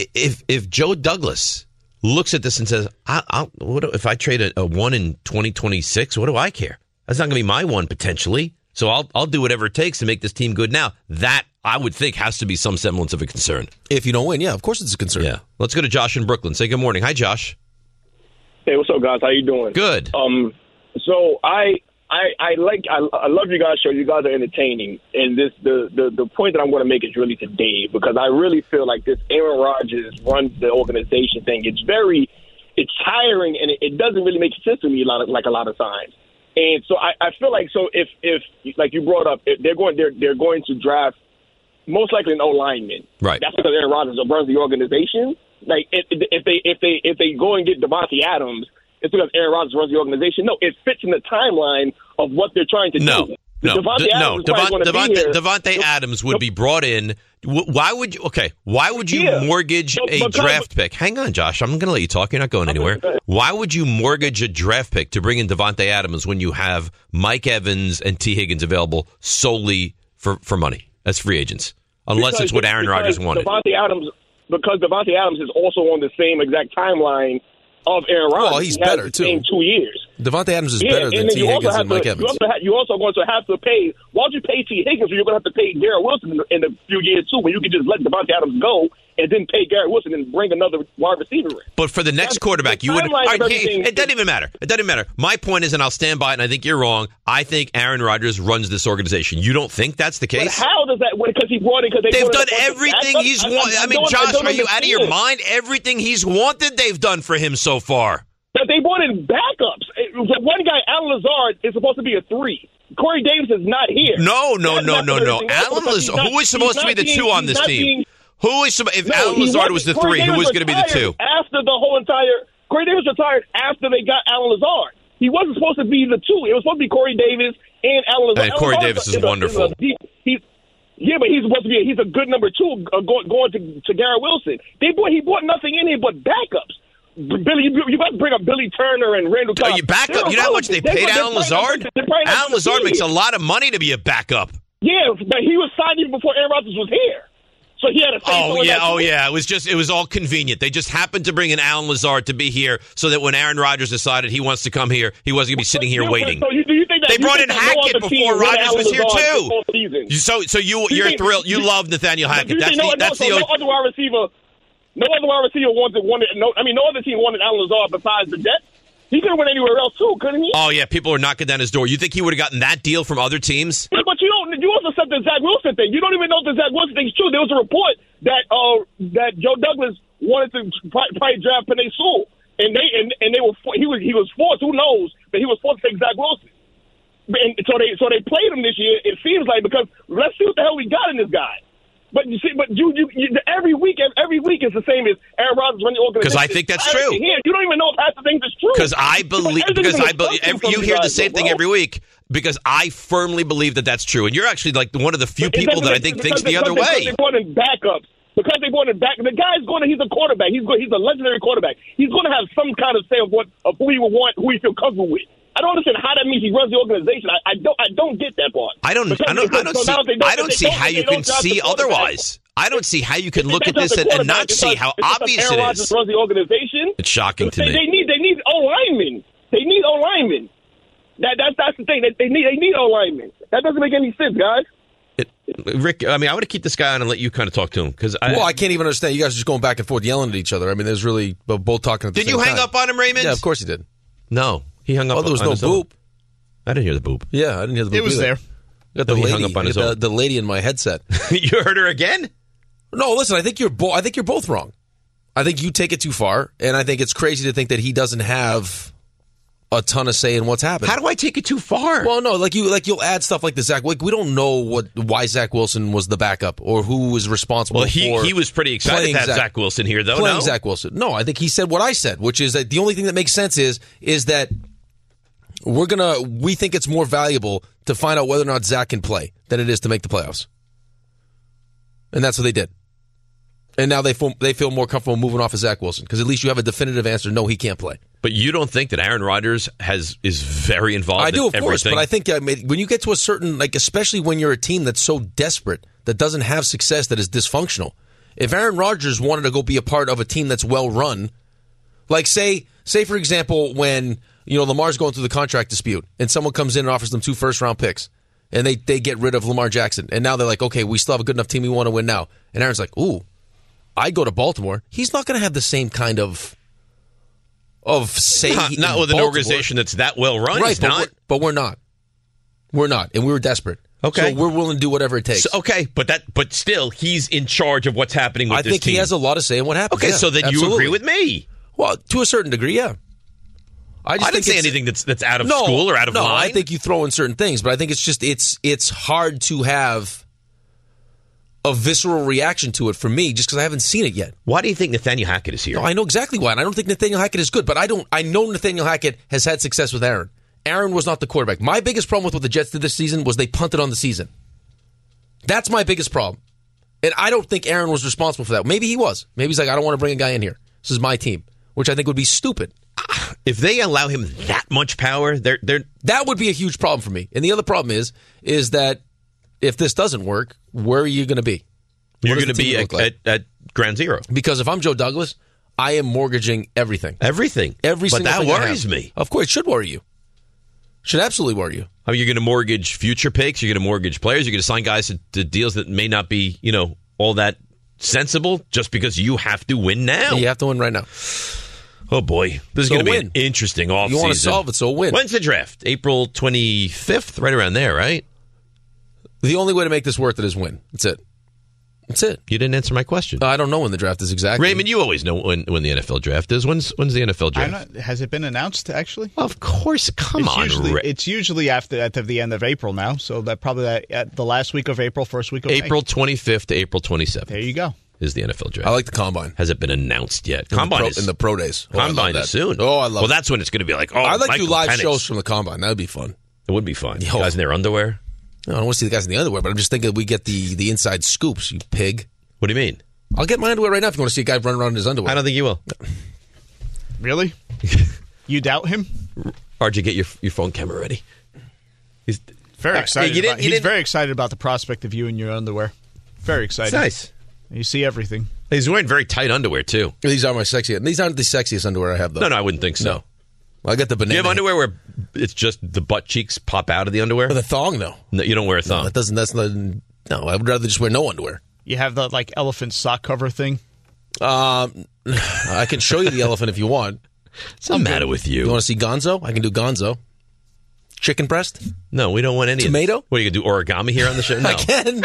[SPEAKER 3] i- if if Joe Douglas looks at this and says I, I'll what do- if I trade a, a one in 2026 what do I care that's not gonna be my one potentially so I'll I'll do whatever it takes to make this team good now that I would think has to be some semblance of a concern
[SPEAKER 2] if you don't win yeah of course it's a concern
[SPEAKER 3] yeah let's go to Josh in Brooklyn say good morning hi Josh
[SPEAKER 12] Hey, what's up, guys? How you doing?
[SPEAKER 3] Good.
[SPEAKER 12] Um, so I I, I like I, I love you guys' show. You guys are entertaining, and this the, the the point that I'm going to make is really to Dave because I really feel like this Aaron Rodgers runs the organization thing. It's very it's tiring, and it, it doesn't really make sense to me. A lot of, like a lot of times. And so I, I feel like so if if like you brought up if they're going they're they're going to draft most likely an O lineman.
[SPEAKER 3] Right.
[SPEAKER 12] That's because Aaron Rodgers runs the organization. Like if, if they if they if they go and get Devontae Adams, it's because Aaron Rodgers runs the organization. No, it fits in the timeline of what they're trying to do.
[SPEAKER 3] No,
[SPEAKER 12] Devontae
[SPEAKER 3] D- no.
[SPEAKER 12] Adams is
[SPEAKER 3] Devon-
[SPEAKER 12] probably gonna be
[SPEAKER 3] Devontae,
[SPEAKER 12] here.
[SPEAKER 3] Devontae Adams would be brought in. W- Why would you? Okay, why would you mortgage
[SPEAKER 12] No,
[SPEAKER 3] a
[SPEAKER 12] because-
[SPEAKER 3] draft pick? Hang on, Josh. I'm going to let you talk. You're not going anywhere. Why would you mortgage a draft pick to bring in Devontae Adams when you have Mike Evans and T. Higgins available solely for for money as free agents? Unless
[SPEAKER 12] Because-
[SPEAKER 3] it's what Aaron
[SPEAKER 12] because
[SPEAKER 3] Rodgers wanted.
[SPEAKER 12] Devontae Adams, because Devontae Adams is also on the same exact timeline of Aaron Rodgers.
[SPEAKER 2] Well, he's
[SPEAKER 12] He has
[SPEAKER 2] better,
[SPEAKER 12] the
[SPEAKER 2] too.
[SPEAKER 12] same two years.
[SPEAKER 2] Devontae Adams is
[SPEAKER 12] Yeah,
[SPEAKER 2] better than
[SPEAKER 12] and then
[SPEAKER 2] T
[SPEAKER 12] you also
[SPEAKER 2] Higgins
[SPEAKER 12] have
[SPEAKER 2] and Mike
[SPEAKER 12] to-
[SPEAKER 2] Evans.
[SPEAKER 12] You also, ha- you also going to have to pay. Why don't you pay T. Higgins? Or you're going to have to pay Garrett Wilson in the- in a few years too, when you can just let Devontae Adams go and then pay Garrett Wilson and bring another wide receiver in.
[SPEAKER 3] But for the next quarterback, you would.
[SPEAKER 12] timeline of
[SPEAKER 3] All right,
[SPEAKER 12] everything
[SPEAKER 3] it doesn't even matter. It doesn't matter. My point is, and I'll stand by it. And I think you're wrong. I think Aaron Rodgers runs this organization. You don't think that's the
[SPEAKER 12] But
[SPEAKER 3] case?
[SPEAKER 12] how does that? Because he wanted. Because they
[SPEAKER 3] They've
[SPEAKER 12] wanted
[SPEAKER 3] done
[SPEAKER 12] a bunch of
[SPEAKER 3] everything
[SPEAKER 12] backups?
[SPEAKER 3] he's wanted. I, mean,
[SPEAKER 12] don't-
[SPEAKER 3] Josh,
[SPEAKER 12] don't
[SPEAKER 3] are you out of your
[SPEAKER 12] understand.
[SPEAKER 3] mind? Everything he's wanted, they've done for him so far.
[SPEAKER 12] But they wanted backups. It- the One guy, Alan Lazard, is supposed to be a three. Corey Davis is not here.
[SPEAKER 3] No, no,
[SPEAKER 12] That's
[SPEAKER 3] no,
[SPEAKER 12] not
[SPEAKER 3] no, no.
[SPEAKER 12] everything else
[SPEAKER 3] Alan
[SPEAKER 12] because he's
[SPEAKER 3] Lazard.
[SPEAKER 12] not-
[SPEAKER 3] Who is supposed
[SPEAKER 12] he's
[SPEAKER 3] to be
[SPEAKER 12] not
[SPEAKER 3] the
[SPEAKER 12] being-
[SPEAKER 3] two on
[SPEAKER 12] he's
[SPEAKER 3] this
[SPEAKER 12] not
[SPEAKER 3] team?
[SPEAKER 12] being-
[SPEAKER 3] Who is sup- if
[SPEAKER 12] No,
[SPEAKER 3] Alan
[SPEAKER 12] he
[SPEAKER 3] Lazard was the
[SPEAKER 12] Corey
[SPEAKER 3] three? Who
[SPEAKER 12] Davis
[SPEAKER 3] was going to be the
[SPEAKER 12] retired
[SPEAKER 3] two?
[SPEAKER 12] After the whole entire Corey Davis retired after they got Alan Lazard. He wasn't supposed to be the two. It was supposed to be Corey Davis and Alan Lazard.
[SPEAKER 3] And
[SPEAKER 12] Alan
[SPEAKER 3] Corey
[SPEAKER 12] Lazard
[SPEAKER 3] Davis is
[SPEAKER 12] a-
[SPEAKER 3] wonderful.
[SPEAKER 12] a deep- he's yeah, but he's supposed to be. He's a good number two uh, going, going to to Garrett Wilson. They bought he bought nothing in here but backups. B- Billy, you, you got to bring up Billy Turner and Randall. Cobb.
[SPEAKER 3] You back
[SPEAKER 12] They're
[SPEAKER 3] up. You know how much they
[SPEAKER 12] irrelevant.
[SPEAKER 3] paid
[SPEAKER 12] They're-
[SPEAKER 3] Alan
[SPEAKER 12] they're probably
[SPEAKER 3] Lazard?
[SPEAKER 12] not- they're probably not
[SPEAKER 3] Alan
[SPEAKER 12] gonna
[SPEAKER 3] Lazard
[SPEAKER 12] be
[SPEAKER 3] makes a
[SPEAKER 12] here.
[SPEAKER 3] lot of money to be a backup.
[SPEAKER 12] Yeah, but he was signed even before Aaron Rodgers was here, so he had a. say so
[SPEAKER 3] Oh
[SPEAKER 12] in
[SPEAKER 3] yeah,
[SPEAKER 12] that
[SPEAKER 3] oh
[SPEAKER 12] too.
[SPEAKER 3] yeah. It was just it was all convenient. They just happened to bring in Alan Lazard to be here, so that when Aaron Rodgers decided he wants to come here, he wasn't going to be sitting here
[SPEAKER 12] Yeah,
[SPEAKER 3] waiting.
[SPEAKER 12] so you- do you think that-
[SPEAKER 3] they
[SPEAKER 12] you
[SPEAKER 3] brought in
[SPEAKER 12] think that no
[SPEAKER 3] Hackett
[SPEAKER 12] other team
[SPEAKER 3] before
[SPEAKER 12] would have
[SPEAKER 3] Rodgers was here
[SPEAKER 12] Alan Lazard this
[SPEAKER 3] too.
[SPEAKER 12] whole season?
[SPEAKER 3] You- So so you
[SPEAKER 12] You
[SPEAKER 3] you're
[SPEAKER 12] think-
[SPEAKER 3] thrilled. You
[SPEAKER 12] you-
[SPEAKER 3] love Nathaniel
[SPEAKER 12] Do
[SPEAKER 3] Hackett.
[SPEAKER 12] you
[SPEAKER 3] That's
[SPEAKER 12] think no,
[SPEAKER 3] the that's
[SPEAKER 12] no,
[SPEAKER 3] the
[SPEAKER 12] no other wide receiver, no other wide receiver wanted wanted no. I mean, no other team wanted Alan Lazard besides the Jets. He could have went anywhere else too, couldn't he?
[SPEAKER 3] Oh yeah, people are knocking down his door. You think he would have gotten that deal from other teams?
[SPEAKER 12] Yeah, but you don't. You also said the Zach Wilson thing. You don't even know if the Zach Wilson thing is true. There was a report that uh that Joe Douglas wanted to pri- probably draft Panay Sewell, and they and, and they were for, he was he was forced. Who knows? But he was forced to take Zach Wilson. And so they so they played him this year. It seems like because let's see what the hell we got in this guy. But you see, but you, you, you every week every week is the same as Aaron Rodgers running the
[SPEAKER 3] 'Cause
[SPEAKER 12] organization.
[SPEAKER 3] I think that's
[SPEAKER 12] Everything
[SPEAKER 3] true.
[SPEAKER 12] Here. You don't even know if half the things is true.
[SPEAKER 3] Because I believe.
[SPEAKER 12] Everything
[SPEAKER 3] Because
[SPEAKER 12] is
[SPEAKER 3] I
[SPEAKER 12] a
[SPEAKER 3] believe.
[SPEAKER 12] assumption from
[SPEAKER 3] You
[SPEAKER 12] you
[SPEAKER 3] hear the
[SPEAKER 12] guys,
[SPEAKER 3] same thing
[SPEAKER 12] bro.
[SPEAKER 3] every week. Because I firmly believe that that's true, and you're actually like one of the few
[SPEAKER 12] Is
[SPEAKER 3] people that I
[SPEAKER 12] because-
[SPEAKER 3] think thinks
[SPEAKER 12] because-
[SPEAKER 3] the other
[SPEAKER 12] because
[SPEAKER 3] way.
[SPEAKER 12] They brought in backups because they brought in back. The guy's going to. He's a quarterback. He's going. He's a legendary quarterback. He's going to have some kind of say of what of who he would want, who he feel comfortable with. I don't understand how that means he runs the organization. I, I don't. I don't get that part.
[SPEAKER 3] I don't. I don't. I don't see. I don't see how you can see otherwise. I don't see how you can look at this and, and not see how obvious it is.
[SPEAKER 12] runs the organization.
[SPEAKER 3] It's shocking to
[SPEAKER 12] They, they
[SPEAKER 3] me.
[SPEAKER 12] need. They need O linemen. They need O linemen. That, that's that's the thing. They, they need. They need O linemen. That doesn't make any sense, guys.
[SPEAKER 3] Rick, I mean, I want to keep this guy on and let you kind of talk to him because I.
[SPEAKER 2] well, I can't even understand. You guys are just going back and forth yelling at each other. I mean, there's really but both talking at the
[SPEAKER 3] Did
[SPEAKER 2] same
[SPEAKER 3] you hang
[SPEAKER 2] time.
[SPEAKER 3] up on him, Raymond?
[SPEAKER 2] Yeah, of course he did.
[SPEAKER 3] No, he hung up.
[SPEAKER 2] Oh, there was
[SPEAKER 3] on
[SPEAKER 2] no
[SPEAKER 3] his own.
[SPEAKER 2] boop.
[SPEAKER 3] I didn't hear the boop.
[SPEAKER 2] Yeah, I didn't hear the.
[SPEAKER 3] It
[SPEAKER 2] boop
[SPEAKER 3] was there.
[SPEAKER 2] either. I got the
[SPEAKER 3] No, he
[SPEAKER 2] lady.
[SPEAKER 3] hung up on
[SPEAKER 2] I
[SPEAKER 3] his
[SPEAKER 2] got the,
[SPEAKER 3] own.
[SPEAKER 2] the lady in my headset.
[SPEAKER 3] you heard her again?
[SPEAKER 2] No, listen. I think you're. Bo- I think you're both wrong. I think you take it too far, and I think it's crazy to think that he doesn't have a ton of say in what's happening. How
[SPEAKER 3] do I take it too far?
[SPEAKER 2] Well, no, like you, like you'll add stuff like the Zach. Like we don't know what why Zach Wilson was the backup or who was responsible.
[SPEAKER 3] Well, he
[SPEAKER 2] for
[SPEAKER 3] he was pretty excited
[SPEAKER 2] playing
[SPEAKER 3] to have Zach, Wilson here, though.
[SPEAKER 2] playing
[SPEAKER 3] no?
[SPEAKER 2] Zach Wilson. No, I think he said what I said, which is that the only thing that makes sense is is that we're gonna we think it's more valuable to find out whether or not Zach can play than it is to make the playoffs, and that's what they did. And now they feel, they feel more comfortable moving off of Zach Wilson because at least you have a definitive answer. No, he can't play.
[SPEAKER 3] But you don't think that Aaron Rodgers has is very involved?
[SPEAKER 2] I do, of
[SPEAKER 3] in
[SPEAKER 2] course,
[SPEAKER 3] everything?
[SPEAKER 2] but I think I mean, when you get to a certain, like, especially when you're a team that's so desperate that doesn't have success that is dysfunctional. If Aaron Rodgers wanted to go be a part of a team that's well run, like say, say for example, when you know Lamar's going through the contract dispute and someone comes in and offers them two first round picks, and they they get rid of Lamar Jackson, and now they're like, okay, we still have a good enough team, we want to win now, and Aaron's like, ooh, I go to Baltimore. He's not going to have the same kind of of say
[SPEAKER 3] Not-
[SPEAKER 2] in
[SPEAKER 3] not with an
[SPEAKER 2] Baltimore.
[SPEAKER 3] organization that's that well run,
[SPEAKER 2] Right,
[SPEAKER 3] it's
[SPEAKER 2] but
[SPEAKER 3] not.
[SPEAKER 2] We're, but we're not. We're not, and we were desperate.
[SPEAKER 3] Okay.
[SPEAKER 2] so we're willing to do whatever it takes.
[SPEAKER 3] So- okay, but that but still, he's in charge of what's happening with
[SPEAKER 2] I
[SPEAKER 3] this
[SPEAKER 2] think he
[SPEAKER 3] team.
[SPEAKER 2] has a lot of say in what happens.
[SPEAKER 3] Okay,
[SPEAKER 2] yeah,
[SPEAKER 3] so then you
[SPEAKER 2] absolutely.
[SPEAKER 3] agree with me?
[SPEAKER 2] Well, to a certain degree, yeah. I, just
[SPEAKER 3] I didn't
[SPEAKER 2] think
[SPEAKER 3] say
[SPEAKER 2] it's-
[SPEAKER 3] anything that's that's out of
[SPEAKER 2] no,
[SPEAKER 3] school or out of
[SPEAKER 2] no,
[SPEAKER 3] line.
[SPEAKER 2] I think you throw in certain things, but I think it's just it's it's hard to have a visceral reaction to it for me just because I haven't seen it yet.
[SPEAKER 3] Why do you think Nathaniel Hackett is here?
[SPEAKER 2] No, I know exactly why, and I don't think Nathaniel Hackett is good, but I don't. I know Nathaniel Hackett has had success with Aaron. Aaron was not the quarterback. My biggest problem with what the Jets did this season was they punted on the season. That's my biggest problem, and I don't think Aaron was responsible for that. Maybe he was. Maybe he's like, I don't want to bring a guy in here. This is my team, which I think would be stupid.
[SPEAKER 3] If they allow him that much power, they're they're
[SPEAKER 2] that would be a huge problem for me. And the other problem is is that if this doesn't work, where are you going to be?
[SPEAKER 3] You're
[SPEAKER 2] What does
[SPEAKER 3] going to
[SPEAKER 2] the team
[SPEAKER 3] be
[SPEAKER 2] look
[SPEAKER 3] at,
[SPEAKER 2] like?
[SPEAKER 3] at, at ground zero.
[SPEAKER 2] Because if I'm Joe Douglas, I am mortgaging everything.
[SPEAKER 3] Everything.
[SPEAKER 2] Every
[SPEAKER 3] But
[SPEAKER 2] single
[SPEAKER 3] that
[SPEAKER 2] thing I have.
[SPEAKER 3] worries me.
[SPEAKER 2] Of course, it should worry you. Should absolutely worry you.
[SPEAKER 3] I mean, you're going to mortgage future picks. You're going to mortgage players. You're going to sign guys to, to deals that may not be, you know, all that sensible just because you have to win now.
[SPEAKER 2] You have to win right now.
[SPEAKER 3] Oh, boy. This is
[SPEAKER 2] So
[SPEAKER 3] going to be
[SPEAKER 2] win.
[SPEAKER 3] an interesting offseason.
[SPEAKER 2] You wanna solve it, so win.
[SPEAKER 3] When's the draft? April 25th, right around there, right?
[SPEAKER 2] The only way to make this worth it is win. That's it. That's it.
[SPEAKER 3] You didn't answer my question.
[SPEAKER 2] I don't know when the draft is exactly.
[SPEAKER 3] Raymond, you always know when, when the NFL draft is. When's when's the NFL
[SPEAKER 5] I'm
[SPEAKER 3] draft?
[SPEAKER 5] not, has it been announced actually?
[SPEAKER 3] Of course, come
[SPEAKER 5] it's
[SPEAKER 3] on,
[SPEAKER 5] Usually,
[SPEAKER 3] Rick.
[SPEAKER 5] It's usually after at the end of April now, so that probably that, at the last week of April, first week of May.
[SPEAKER 3] April 25th to April 27th. There
[SPEAKER 5] you go.
[SPEAKER 3] Is the NFL draft.
[SPEAKER 2] I like the combine.
[SPEAKER 3] Has it been announced yet?
[SPEAKER 2] the
[SPEAKER 3] Combine
[SPEAKER 2] pro-
[SPEAKER 3] is
[SPEAKER 2] in the pro days. Oh, I love
[SPEAKER 3] combine
[SPEAKER 2] that.
[SPEAKER 3] is soon.
[SPEAKER 2] Oh, I love
[SPEAKER 3] Well,
[SPEAKER 2] it.
[SPEAKER 3] that's when it's going to be like. Oh,
[SPEAKER 2] I like
[SPEAKER 3] Michael
[SPEAKER 2] do live
[SPEAKER 3] Penix.
[SPEAKER 2] shows from the combine. That would be fun.
[SPEAKER 3] It would be fun. Guys in their underwear.
[SPEAKER 2] I don't want to see the guys in the underwear, but I'm just thinking we get the the inside scoops. You pig.
[SPEAKER 3] What do you mean?
[SPEAKER 2] I'll get my underwear right now if you want to see a guy run around in his underwear. I
[SPEAKER 3] don't think you will.
[SPEAKER 5] Really? you doubt him?
[SPEAKER 3] RJ, get your your phone camera ready. He's
[SPEAKER 5] Very
[SPEAKER 3] Uh,
[SPEAKER 5] excited.
[SPEAKER 3] you didn't-
[SPEAKER 5] about,
[SPEAKER 3] you
[SPEAKER 5] he's
[SPEAKER 3] didn't-
[SPEAKER 5] very excited about the prospect of you in your underwear. Very excited.
[SPEAKER 3] nice.
[SPEAKER 5] You see everything.
[SPEAKER 3] He's wearing very tight underwear too.
[SPEAKER 2] These are my sexy. These aren't the sexiest underwear I have though.
[SPEAKER 3] No, no, I wouldn't think so.
[SPEAKER 2] No. I got the
[SPEAKER 3] You
[SPEAKER 2] banana.
[SPEAKER 3] have underwear where it's just the butt cheeks pop out of the underwear.
[SPEAKER 2] The thong though.
[SPEAKER 3] No, you don't wear a thong.
[SPEAKER 2] That doesn't. That's not. No, I would rather just wear no underwear.
[SPEAKER 5] You have the like elephant sock cover thing.
[SPEAKER 2] Um, I can show you the elephant if you want.
[SPEAKER 3] What's the matter with you?
[SPEAKER 2] You want to see Gonzo? I can do Gonzo. Chicken breast?
[SPEAKER 3] No, we don't want any
[SPEAKER 2] tomato.
[SPEAKER 3] What are you gonna do origami here on the show? No,
[SPEAKER 2] I can.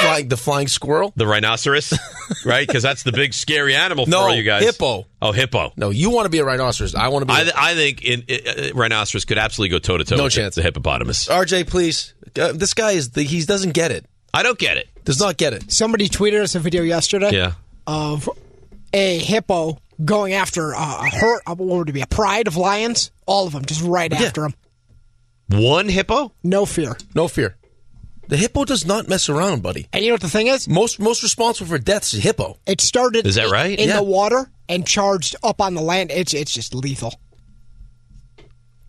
[SPEAKER 2] Flying the flying squirrel.
[SPEAKER 3] the rhinoceros, right? Because that's the big scary animal for
[SPEAKER 2] No,
[SPEAKER 3] all you guys.
[SPEAKER 2] hippo.
[SPEAKER 3] Oh, hippo.
[SPEAKER 2] No, you want to be a rhinoceros. I want to be.
[SPEAKER 3] I, th- I think in, i i- rhinoceros could absolutely go toe to toe.
[SPEAKER 2] No
[SPEAKER 3] with
[SPEAKER 2] chance.
[SPEAKER 3] The hippopotamus.
[SPEAKER 2] RJ, please. Uh, this guy is. The, he doesn't get it.
[SPEAKER 3] I don't get it.
[SPEAKER 2] Does not get it.
[SPEAKER 4] Somebody tweeted us a video yesterday
[SPEAKER 3] Yeah.
[SPEAKER 4] of a hippo going after uh, a herd, uh, what would it be, a pride of lions? All of them, just right after him.
[SPEAKER 3] One hippo?
[SPEAKER 4] No fear.
[SPEAKER 2] No fear. The hippo does not mess around, buddy.
[SPEAKER 4] And you know what the thing is?
[SPEAKER 2] Most most responsible for deaths is hippo.
[SPEAKER 4] It started
[SPEAKER 3] Is that right?
[SPEAKER 4] in
[SPEAKER 3] Yeah.
[SPEAKER 4] the water and charged up on the land. It's it's just lethal.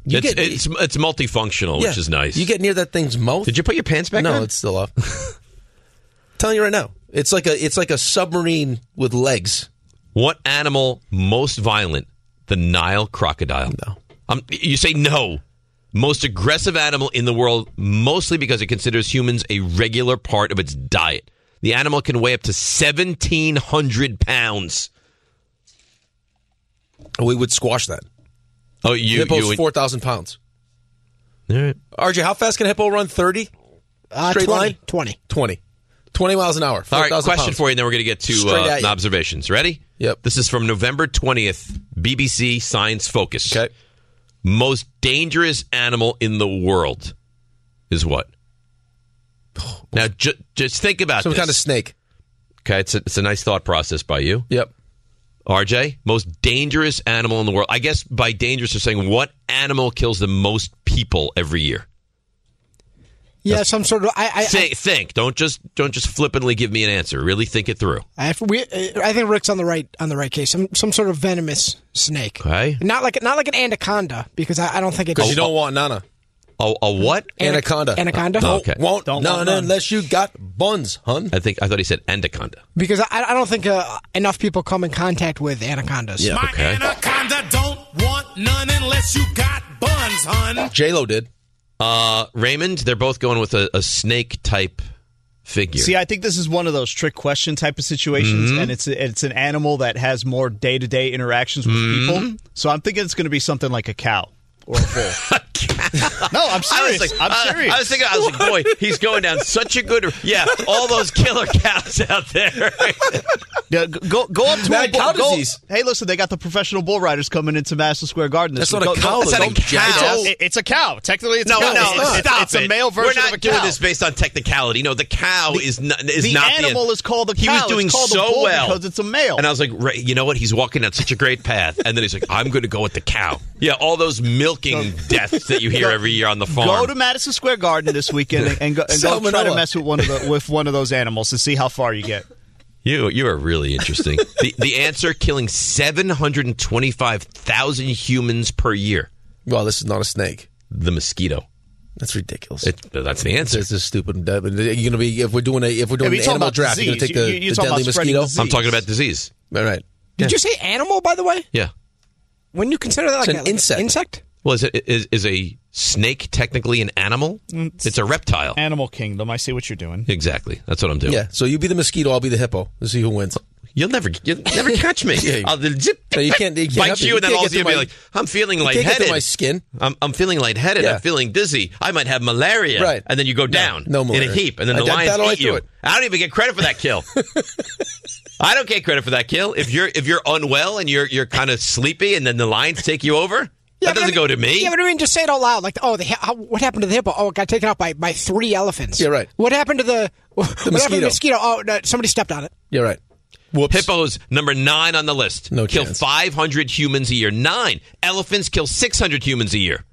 [SPEAKER 2] You
[SPEAKER 3] it's,
[SPEAKER 2] get-
[SPEAKER 3] it's it's multifunctional,
[SPEAKER 2] Yeah.
[SPEAKER 3] which is nice.
[SPEAKER 2] You get near that thing's mouth. Did
[SPEAKER 3] you put your pants back
[SPEAKER 2] no,
[SPEAKER 3] on?
[SPEAKER 2] it's still off. telling you right now, it's like a it's like a submarine with legs.
[SPEAKER 3] What animal most violent? The Nile crocodile. No. Um, you say no. Most aggressive animal in the world, mostly because it considers humans a regular part of its diet. The animal can weigh up to 1,700 pounds.
[SPEAKER 2] We would squash that.
[SPEAKER 3] Oh, you.
[SPEAKER 2] Hippo's
[SPEAKER 3] you would-
[SPEAKER 2] four thousand pounds.
[SPEAKER 3] All right.
[SPEAKER 2] RJ, how fast can a hippo run? Thirty.
[SPEAKER 4] Uh,
[SPEAKER 2] Straight
[SPEAKER 4] 20,
[SPEAKER 2] line. Twenty. Twenty. Twenty miles an hour.
[SPEAKER 3] All right,
[SPEAKER 2] 4,000
[SPEAKER 3] question
[SPEAKER 2] pounds.
[SPEAKER 3] for you, and then we're going to get to
[SPEAKER 2] Straight
[SPEAKER 3] uh,
[SPEAKER 2] at you.
[SPEAKER 3] observations. Ready?
[SPEAKER 2] Yep.
[SPEAKER 3] This is from November 20th, BBC Science Focus. Okay. Most dangerous animal in the world is what? Now, ju- just think about
[SPEAKER 2] Some
[SPEAKER 3] this.
[SPEAKER 2] kind of snake.
[SPEAKER 3] Okay, it's a, it's a nice thought process by you.
[SPEAKER 2] Yep.
[SPEAKER 3] RJ, most dangerous animal in the world. I guess by dangerous, they're saying what animal kills the most people every year.
[SPEAKER 4] Yeah, some sort of. I, I,
[SPEAKER 3] Say- think. Don't just don't just flippantly give me an answer. Really think it through.
[SPEAKER 4] I, I, we, uh, I think Rick's on the right on the right case. Some some sort of venomous snake.
[SPEAKER 3] Okay.
[SPEAKER 4] Not like not like an anaconda because I, I don't think it.
[SPEAKER 2] Because you don't want Nana.
[SPEAKER 3] A, a what?
[SPEAKER 2] Anaconda.
[SPEAKER 4] Anaconda.
[SPEAKER 3] Oh, okay.
[SPEAKER 2] Won't Nana unless you got buns, hun.
[SPEAKER 3] I think I thought he said anaconda.
[SPEAKER 4] Because I, I don't think uh, enough people come in contact with anacondas.
[SPEAKER 3] Yeah. Okay.
[SPEAKER 13] Anaconda don't want none unless you got buns, hun.
[SPEAKER 3] J Lo did. Uh, Raymond, they're both going with a, a snake type figure.
[SPEAKER 14] See, I think this is one of those trick question type of situations,
[SPEAKER 3] Mhm.
[SPEAKER 14] and it's it's an animal that has more day to day interactions with
[SPEAKER 3] Mm-hmm.
[SPEAKER 14] people. So I'm thinking it's going to be something like a cow or a bull. no, I'm serious.
[SPEAKER 3] I was like,
[SPEAKER 14] I'm
[SPEAKER 3] I-
[SPEAKER 14] serious.
[SPEAKER 3] I, was thinking, I was like, boy, he's going down such a good. Yeah, all those killer cows out there.
[SPEAKER 14] Yeah, g- go go up to
[SPEAKER 3] Mad
[SPEAKER 14] a bull.
[SPEAKER 3] cow
[SPEAKER 14] go-
[SPEAKER 3] disease.
[SPEAKER 14] hey, listen, they got the professional bull riders coming into Madison Square Garden. This
[SPEAKER 3] That's
[SPEAKER 14] week.
[SPEAKER 3] not
[SPEAKER 14] Go-
[SPEAKER 3] a cow,
[SPEAKER 14] go-
[SPEAKER 3] though. Don't cow.
[SPEAKER 14] It's, a, it's a cow. Technically, it's
[SPEAKER 3] no,
[SPEAKER 14] a cow.
[SPEAKER 3] no,
[SPEAKER 14] It's- it's,
[SPEAKER 3] stop
[SPEAKER 14] it's a male
[SPEAKER 3] it.
[SPEAKER 14] version
[SPEAKER 3] We're not
[SPEAKER 14] of a cow.
[SPEAKER 3] doing this based on technicality. No, the cow is not. Is
[SPEAKER 14] the
[SPEAKER 3] not
[SPEAKER 14] animal is called a
[SPEAKER 3] He was
[SPEAKER 14] cow.
[SPEAKER 3] doing
[SPEAKER 14] It's called a
[SPEAKER 3] so
[SPEAKER 14] bull
[SPEAKER 3] well
[SPEAKER 14] because it's a male.
[SPEAKER 3] And I was like, Ray, you know what? He's walking down such a great path, and then he's like, I'm going to go with the cow. Yeah, all those milking deaths that you hear
[SPEAKER 14] Go-
[SPEAKER 3] every year on the farm.
[SPEAKER 14] Go to Madison Square Garden this weekend and, and go, and go try to
[SPEAKER 3] Salmonella.
[SPEAKER 14] mess with one of the, with one of those animals to see how far you get.
[SPEAKER 3] You you are really interesting. the the answer killing seven hundred and twenty five thousand humans per year.
[SPEAKER 2] Well, this is not a snake.
[SPEAKER 3] The mosquito.
[SPEAKER 2] That's ridiculous.
[SPEAKER 3] It, that's the answer.
[SPEAKER 2] It's just stupid. You're gonna be if we're doing a if we're doing
[SPEAKER 4] Yeah, but you're talking
[SPEAKER 2] an animal
[SPEAKER 4] about
[SPEAKER 2] draft, you're gonna
[SPEAKER 4] disease.
[SPEAKER 2] take the,
[SPEAKER 4] You- you're
[SPEAKER 2] the
[SPEAKER 4] talking about
[SPEAKER 2] deadly
[SPEAKER 4] spreading
[SPEAKER 2] mosquito.
[SPEAKER 4] disease. I'm talking
[SPEAKER 3] about disease.
[SPEAKER 2] All right.
[SPEAKER 4] Did you say animal? By the way,
[SPEAKER 3] Yeah.
[SPEAKER 4] when you consider that
[SPEAKER 3] It's
[SPEAKER 4] like
[SPEAKER 3] an
[SPEAKER 4] a- like
[SPEAKER 3] insect.
[SPEAKER 4] insect.
[SPEAKER 3] Well, is, it, is is a snake technically an animal? It's, a reptile.
[SPEAKER 14] Mm, Animal kingdom. I see what you're doing.
[SPEAKER 3] Exactly. That's what I'm doing.
[SPEAKER 2] Yeah. So you be the mosquito, I'll be the hippo. Let's see who wins.
[SPEAKER 3] You'll never you'll never catch me.
[SPEAKER 2] Yeah.
[SPEAKER 3] I'll zip,
[SPEAKER 2] No, you can't. You can't
[SPEAKER 3] bite
[SPEAKER 2] help it.
[SPEAKER 3] you, and then
[SPEAKER 2] can't
[SPEAKER 3] all
[SPEAKER 2] get
[SPEAKER 3] of you
[SPEAKER 2] through
[SPEAKER 3] be
[SPEAKER 2] my-
[SPEAKER 3] like, I'm feeling
[SPEAKER 2] you can't get through
[SPEAKER 3] lightheaded.
[SPEAKER 2] my skin.
[SPEAKER 3] I'm, I'm feeling lightheaded.
[SPEAKER 2] Yeah.
[SPEAKER 3] I'm feeling dizzy. I might have malaria.
[SPEAKER 2] Right.
[SPEAKER 3] And then you go down
[SPEAKER 2] no
[SPEAKER 3] in a
[SPEAKER 2] malaria.
[SPEAKER 3] heap, and then
[SPEAKER 2] I
[SPEAKER 3] the
[SPEAKER 2] got
[SPEAKER 3] lions
[SPEAKER 2] that all the way
[SPEAKER 3] eat you.
[SPEAKER 2] through it.
[SPEAKER 3] I don't even get credit for that kill. I don't get credit for that kill. If you're if you're unwell and you're you're kind of sleepy, and then the lions take you over, that doesn't go to me.
[SPEAKER 4] Yeah, but I mean, just say it out loud. Like, oh, the, hi- how, what happened to the hippo? Oh, it got taken out by, by three elephants. Yeah, right. What happened to the, what Happened to
[SPEAKER 3] mosquito.
[SPEAKER 4] the mosquito? Oh, no, somebody stepped on it.
[SPEAKER 2] You're right.
[SPEAKER 3] Hippos number nine on the list. No kill 500 humans a year. Nine elephants kill 600 humans a year.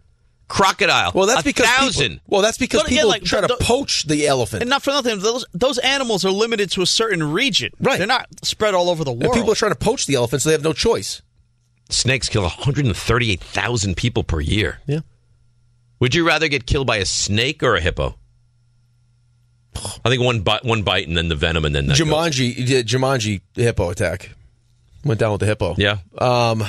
[SPEAKER 3] Crocodile.
[SPEAKER 2] Well, that's because people-
[SPEAKER 3] thousand.
[SPEAKER 2] well, that's because
[SPEAKER 14] But again,
[SPEAKER 2] people
[SPEAKER 14] like,
[SPEAKER 2] try to
[SPEAKER 14] the-
[SPEAKER 2] poach the elephant.
[SPEAKER 14] And not for nothing, those those animals are limited to a certain region. Right. They're not spread all over the
[SPEAKER 2] And
[SPEAKER 14] world.
[SPEAKER 2] people are trying to poach the elephant, so they have no choice.
[SPEAKER 3] Snakes kill 138,000 people per year.
[SPEAKER 2] Yeah.
[SPEAKER 3] Would you rather get killed by a snake or a hippo? I think one bite, one bite, and then the venom, and then that goes.
[SPEAKER 2] Jumanji, yeah, Jumanji hippo attack went down with the hippo.
[SPEAKER 3] Yeah.
[SPEAKER 2] Um,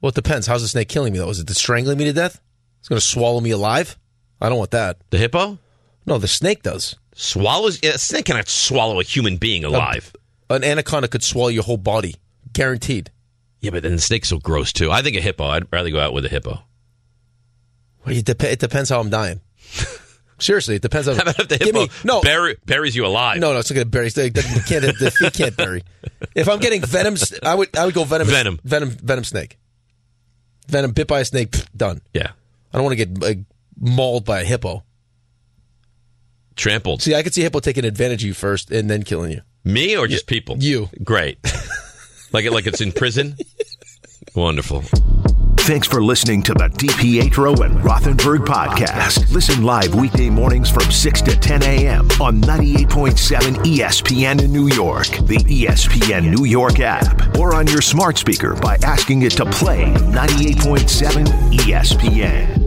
[SPEAKER 2] well, it depends. How's the snake killing me though? Is it strangling me to death? It's going to swallow me alive. I don't want that.
[SPEAKER 3] The hippo?
[SPEAKER 2] No, the snake does.
[SPEAKER 3] swallows. A snake cannot swallow a human being alive.
[SPEAKER 2] An anaconda could swallow your whole body, guaranteed.
[SPEAKER 3] Yeah, but then the snake's so gross too. I think a hippo. I'd rather go out with a hippo.
[SPEAKER 2] Well, it, dep- it depends how I'm dying. Seriously, it depends on. How
[SPEAKER 3] about if the hippo no. buries you alive?
[SPEAKER 2] No, no, it's not going to bury. They, they can't, the feet can't bury. If I'm getting venom, I would I would go venom. Venom. Venom. Venom snake. Venom bit by a snake. pfft, done.
[SPEAKER 3] Yeah.
[SPEAKER 2] I don't want to get like, mauled by a hippo.
[SPEAKER 3] Trampled.
[SPEAKER 2] See, I could see a hippo taking advantage of you first and then killing you.
[SPEAKER 3] Me or just people?
[SPEAKER 2] You.
[SPEAKER 3] Great. like it, like it's in prison. Wonderful.
[SPEAKER 1] Thanks for listening to the DPetro and Rothenberg podcast. Listen live weekday mornings from 6 to 10 a.m. on 98.7 ESPN in New York, the E ESPN New York app, E or on your smart speaker by asking it to play 98.7 ESPN.